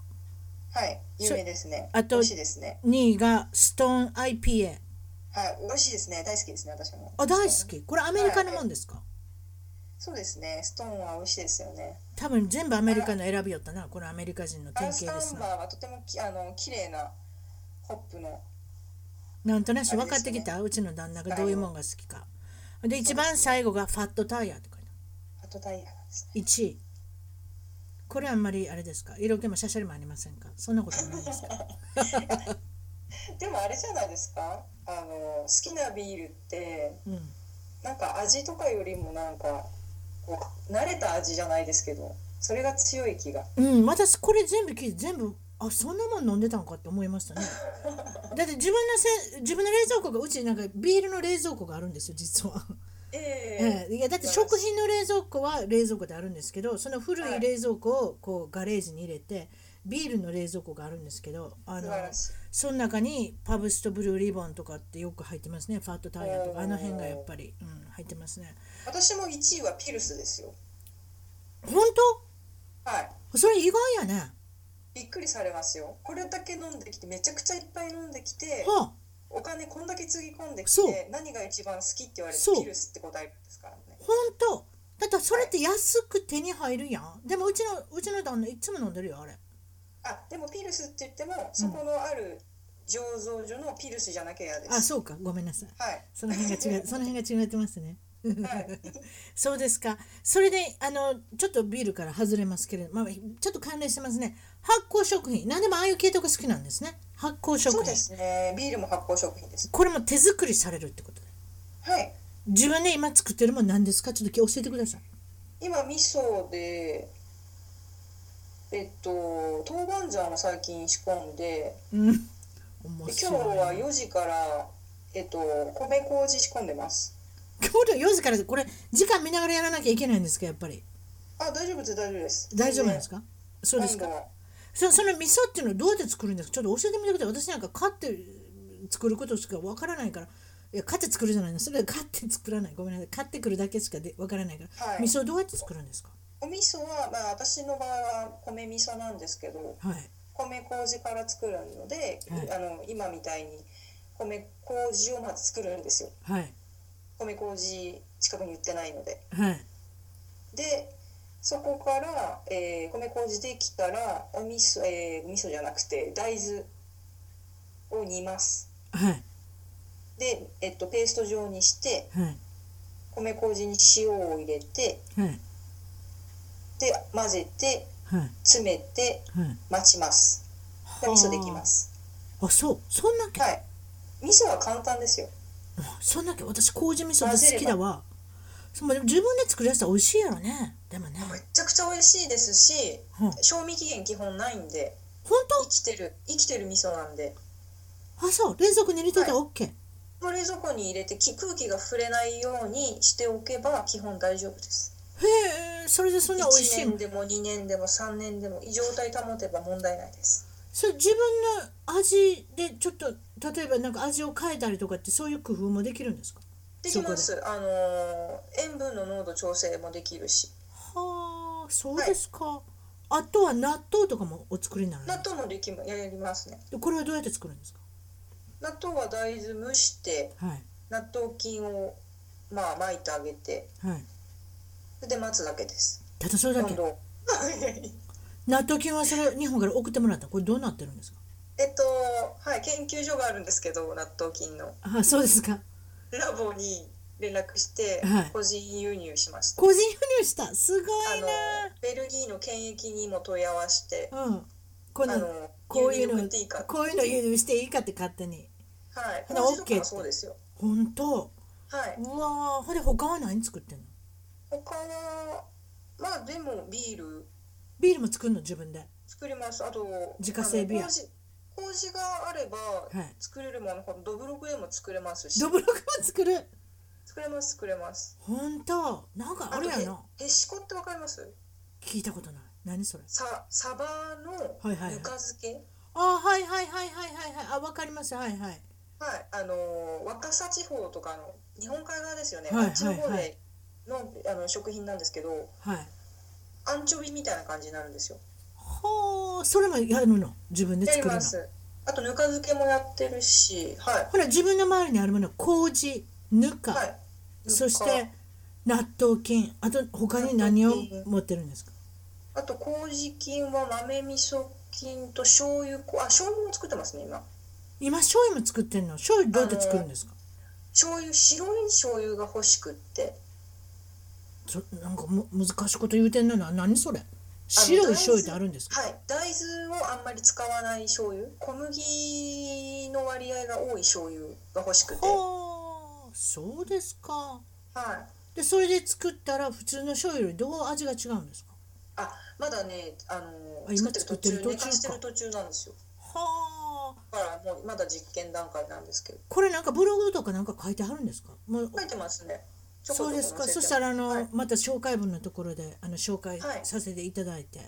A: ー、
B: はい、有名ですね。
A: あと
B: 美味しいですね。
A: 2位がストーン IPA
B: はい、美味しいですね。大好きですね、私も。
A: あ大好きこれアメリカのもんですか、
B: そうですね。ストーンは美味しいですよね。
A: 多分全部アメリカの選びよったなこれアメリカ人の
B: ア
A: 典
B: ラス
A: 型で
B: カア
A: す
B: ン
A: な
B: バーはとてもきあの綺麗なホップの
A: なんとなし
B: あれ
A: 分
B: です
A: かっ
B: ね
A: てきた、うちの旦那がどういうもんが好きかで一番最後がファットタイヤって書いて
B: ハトタイヤなんですね。
A: ある1位これあんまりあれですか色気もシャシャリもありませんかそんなこともない ですか
B: でもあれじゃないですか。あの好きなビールって
A: うん
B: なんか味とかよりもなんかこう慣れた味じゃないですけど、それが強い気が。
A: うん、私これ全部聞いて全部あそんなもん飲んでたんかって思いましたねだって自分のせ自分の冷蔵庫がうちなんかビールの冷蔵庫があるんですよ実は、
B: え
A: ええいやだって食品の冷蔵庫は冷蔵庫であるんですけどその古い冷蔵庫をこうガレージに入れてビールの冷蔵庫があるんですけどあ
B: 素晴
A: の
B: らしい。
A: その中にパブストブルーリボンとかってよく入ってますねファットタイヤとかあの辺がやっぱり、うん、入ってますね
B: 私も1位はピルスですよ。
A: 本
B: はい。
A: 当それ意外やね
B: びっくりされますよこれだけ飲んできてめちゃくちゃいっぱい飲んできて
A: はあ
B: お金こんだけつぎ込んでき
A: そう
B: て何が一番好きって言われて
A: そう
B: ピルスって答えるんですからね
A: 本当だってそれって安く手に入るやんでもうちのうちの旦那いつも飲んでるよあれ
B: あでもピルスって言ってもそこのある醸造所のピルスじゃなきゃ嫌です、
A: あそうかごめんなさい
B: はい
A: その辺 が違うその辺が違ってますね
B: はい、
A: そうですかそれであのちょっとビールから外れますけれど、まあ、ちょっと関連してますね発酵食品何でもああいう系統が好きなんですね発酵食
B: そう
A: 品
B: ですねビールも発酵食品です
A: これも手作りされるってことで
B: はい
A: 自分で今作ってるもん何ですかちょっと今日教えてください
B: 今味噌でえっと豆板醤を最近仕込んで
A: うん面
B: で
A: 白
B: 今
A: い
B: 日は4時からえっと米麹仕込んでます
A: 今日の4時からでこれ時間見ながらやらなきゃいけないんですかやっぱり
B: あ、大丈夫です、大丈夫です。
A: 大丈夫なんです
B: か。
A: か、そうですかそその味噌っていうのはどうやって作るんですかちょっと教えてみてください私なんか買って作ることしかわからないからいや買って作るじゃないのそれは買って作らないごめんなさい買ってくるだけしかでわからないから、
B: はい
A: 味噌どうやって作るんですか
B: お味噌は、まあ、私の場合は米味噌なんですけど、
A: はい
B: 米麹から作るので、
A: はい
B: あの、今みたいに。米麹をまず作るんですよ。
A: はい
B: 米麹近くに売ってないので。
A: はい
B: で、そこから、えー米麹できたら、お味噌、えー味噌じゃなくて、大豆。を煮ます。
A: はい
B: で、えっと、ペースト状にして、
A: はい
B: 米麹に塩を入れて、
A: はい
B: で、混ぜて、
A: はい
B: 詰めて。
A: はい
B: 待ちます。で味噌できます。
A: あそうそんなけ、
B: はい。味噌は簡単ですよ。
A: そんなけ私麹味噌が好きだわそうまあでも自分で作り出したら美味しいやろねでもね
B: めちゃくちゃ美味しいですし、
A: うん
B: 賞味期限基本ないんで、
A: 本
B: 生きてる生きてる味噌なんで、
A: 当あそう冷蔵庫に入れといたら OK、
B: この冷蔵庫に入れてき空気が触れないようにしておけば基本大丈夫です。
A: へえそれでそんな美味
B: 一
A: しい
B: 年でも二年でも三年でも状態保てば問題ないです。
A: それ自分の味でちょっと例えばなんか味を変えたりとかってそういう工夫もできるんですか
B: できます。あのー塩分の濃度調整もできるし、
A: はあそうですか、あとは納豆とかもお作りになる
B: 納豆もできまやりますね。
A: でこれはどうやって作るんですか
B: 納豆は大豆蒸して。
A: はい
B: 納豆菌をまあ巻いてあげて
A: はい
B: それで待つだけです
A: ただそれだけ
B: 今度
A: 納豆菌はそれ日本から送ってもらったこれどうなってるんですか
B: えっとはい研究所があるんですけど納豆菌の
A: あそうですか
B: ラボに連絡して
A: はい
B: 個人輸入しました、
A: 個人輸入したすご
B: あ
A: い
B: の
A: な
B: ベルギーの検疫にも問い合わせて
A: うんこ
B: あ
A: の
B: の
A: こういう
B: 輸入
A: の
B: っていいか
A: こういうの輸入していいかって勝手に
B: はい
A: あの
B: 麹と
A: OK
B: か
A: っ
B: も
A: て
B: そうですよ
A: 本当
B: はいう
A: わーほんで他は何作ってんの
B: 他はまあでもビール
A: ビールも作るの自分では
B: 作りますあと
A: 自家製ビア
B: あの麹麹があれば
A: い
B: 作れるものこのどぶろくでも作れますし
A: ドブロクも作る
B: 作れます作れます
A: 本当なんかあるや
B: と
A: な
B: へへしこってわかります
A: 聞いたことない何それ
B: さサバの
A: はいはいはい
B: ぬか漬け
A: あはいはいはいはいはいはいあわかりますはいはい
B: はい、あの若狭地方とかの日本海側ですよね、
A: はい
B: あっちの方
A: はいは
B: での,、あの食品なんですけど
A: はい
B: アンチョビみたいな感じになるんですよ。
A: はあそれもやるの自分で
B: や
A: 作
B: り
A: るの
B: ますあとぬか漬けもやってるし、はい
A: ほら自分の周りにあるもの麹ぬか、
B: はい、
A: そし
B: ぬか
A: て納豆菌あと他に何を
B: 納豆菌
A: 持ってるんですか
B: あと麹菌は豆味噌菌と醤油こあ醤油も作ってますね今
A: 今醤油も作ってんの醤油どうやって作るんですか
B: 醤油白い醤油が欲しくって
A: そなんかむ難しいこと言うてんのな何それ白い醤油ってあるんですか
B: はい大豆をあんまり使わない醤油小麦の割合が多い醤油が欲しくては
A: はあそうですか
B: い
A: でそれで作ったら普通の醤油よりどう味が違うんですか
B: あまだねあ
A: あ
B: の
A: 今
B: 作ってる
A: 作ってる途中
B: 途中寝かしてる途中なんですよ
A: はあ
B: だからもうまだ実験段階なんですけど
A: これなんかブログとかなんか書いてあるんですかもう
B: 書いてますねちょこ
A: そう
B: ちょこ
A: ですか
B: 載せて
A: そしたらあの、
B: はい
A: また紹介文のところであの紹介
B: はい
A: させていただいて、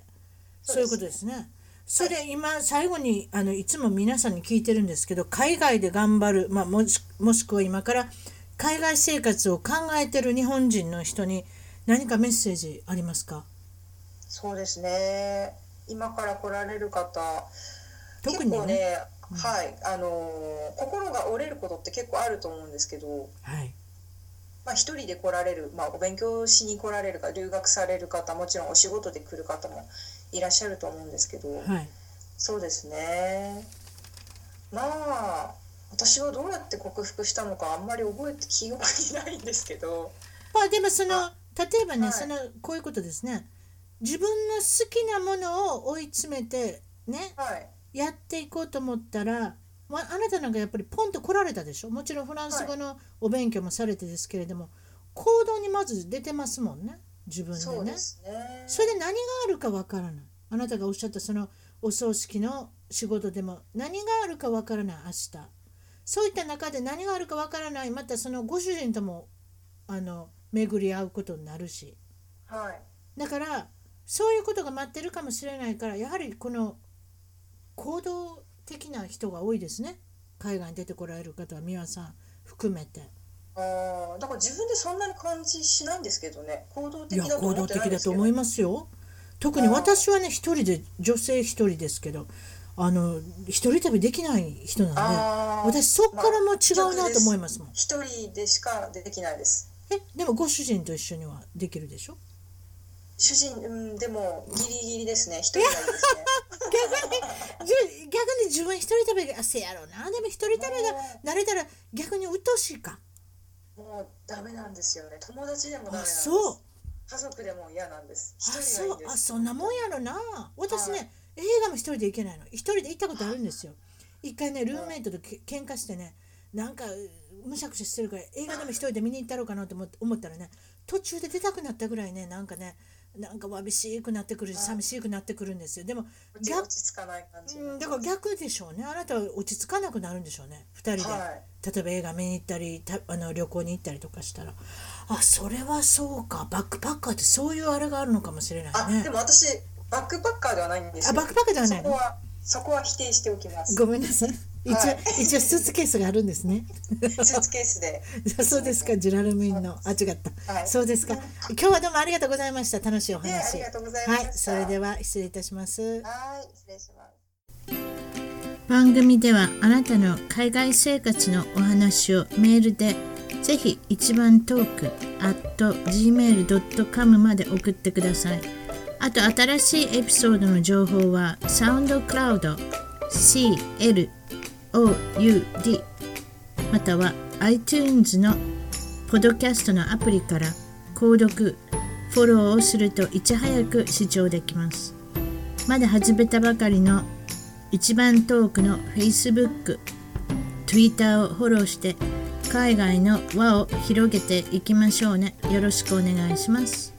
B: そう
A: そう
B: ですね
A: いうことですねそれ今最後にあのいつも皆さんに聞いてるんですけど海外で頑張る、まあ、もしもしくは今から海外生活を考えてる日本人の人に何かメッセージありますか
B: そうですね今から来られる方
A: 特にね
B: 結構ね、はいあのー心が折れることって結構あると思うんですけど、
A: はい
B: まあ、一人で来られる、まあ、お勉強しに来られるか留学される方もちろんお仕事で来る方もいらっしゃると思うんですけど、
A: はい
B: そうですねまあ私はどうやって克服したのかあんまり覚えて記憶にないんですけど
A: まあでもその例えばね、
B: はい
A: そのこういうことですね自分の好きなものを追い詰めてね
B: はい
A: やっていこうと思ったら、まあ、あなたなんかやっぱりポンと来られたでしょもちろんフランス語のお勉強もされてですけれども、行動にまず出てますもんね自分
B: そう
A: で
B: で
A: ね
B: すね
A: それで何があるかわからないあなたがおっしゃったそのお葬式の仕事でも何があるかわからない明日そういった中で何があるかわからないまたそのご主人ともあの巡り合うことになるし
B: はい
A: だからそういうことが待ってるかもしれないからやはりこの行動的な人が多いですね海外に出てこられる方は美輪さん含めて
B: あーだから自分でそんなに感じしないんですけどね行動
A: い
B: 的
A: や
B: だと
A: 行
B: 思
A: 動
B: ってない
A: 的
B: んで
A: だ
B: す
A: と
B: けど
A: 思いますよ特に私はね一人で女性一人ですけどあの一人旅できない人なんで
B: あー
A: 私そこからも違うなと思いますもん、
B: 一人でしかできないです
A: えでもご主人と一緒にはできるでしょ
B: 主人うんでもギリギリですね一人なんです ね
A: 逆にじゅ逆に自分一人旅があせやろうなでも一人旅が慣れたら逆に鬱陶しいか
B: もうダメなんですよね友達でもダメなん
A: あ
B: です
A: そう
B: 家族でも嫌なんです
A: あ
B: 一人
A: そ
B: がいういで
A: あ
B: す
A: そんなもんやろな私ね、
B: は
A: 映画も一人で行けないの一人で行ったことあるんですよ一回ねルームメイトとけ喧嘩してねなんかむしゃくしゃしてるから映画でも一人で見に行ったろうかなと思って思ったらね途中で出たくなったぐらいねなんかねなんかわびしくなってくるし
B: はい
A: 寂しくなってくるんですよでも
B: 落ち
A: 逆
B: 落ち着かない感じ
A: うんだから逆でしょうねあなたは落ち着かなくなるんでしょうね二人で、
B: はい
A: 例えば映画見に行ったりたあの旅行に行ったりとかしたらあそれはそうかバックパッカーってそういうあれがあるのかもしれない
B: あ、
A: ね
B: でも私バックパッカーではないんですよ
A: あバックパッカーではないの
B: そこはそこは否定しておきます
A: ごめんなさい。一応、
B: はい
A: 一応スーツケースがあるんですね。
B: スーツケー スで
A: そうですか、ジュラルミンの、あ、違った、
B: はい
A: そうですか。今日はどうもありがとうございました。楽しいお
B: ねあ
A: 話。
B: りがとうございま
A: は
B: した
A: い、それでは失礼いたします。
B: はい失礼します
A: 番組ではあなたの海外生活のお話をメールでぜひ一番トーク at gmail.com まで送ってくださいあと新しいエピソードの情報はサウンドクラウド CLOUD または iTunes のポッドキャストのアプリから購読フォローをするといち早く視聴できますまだ始めたばかりの一番トークの Facebook、Twitter をフォローして海外の輪を広げていきましょうね。よろしくお願いします。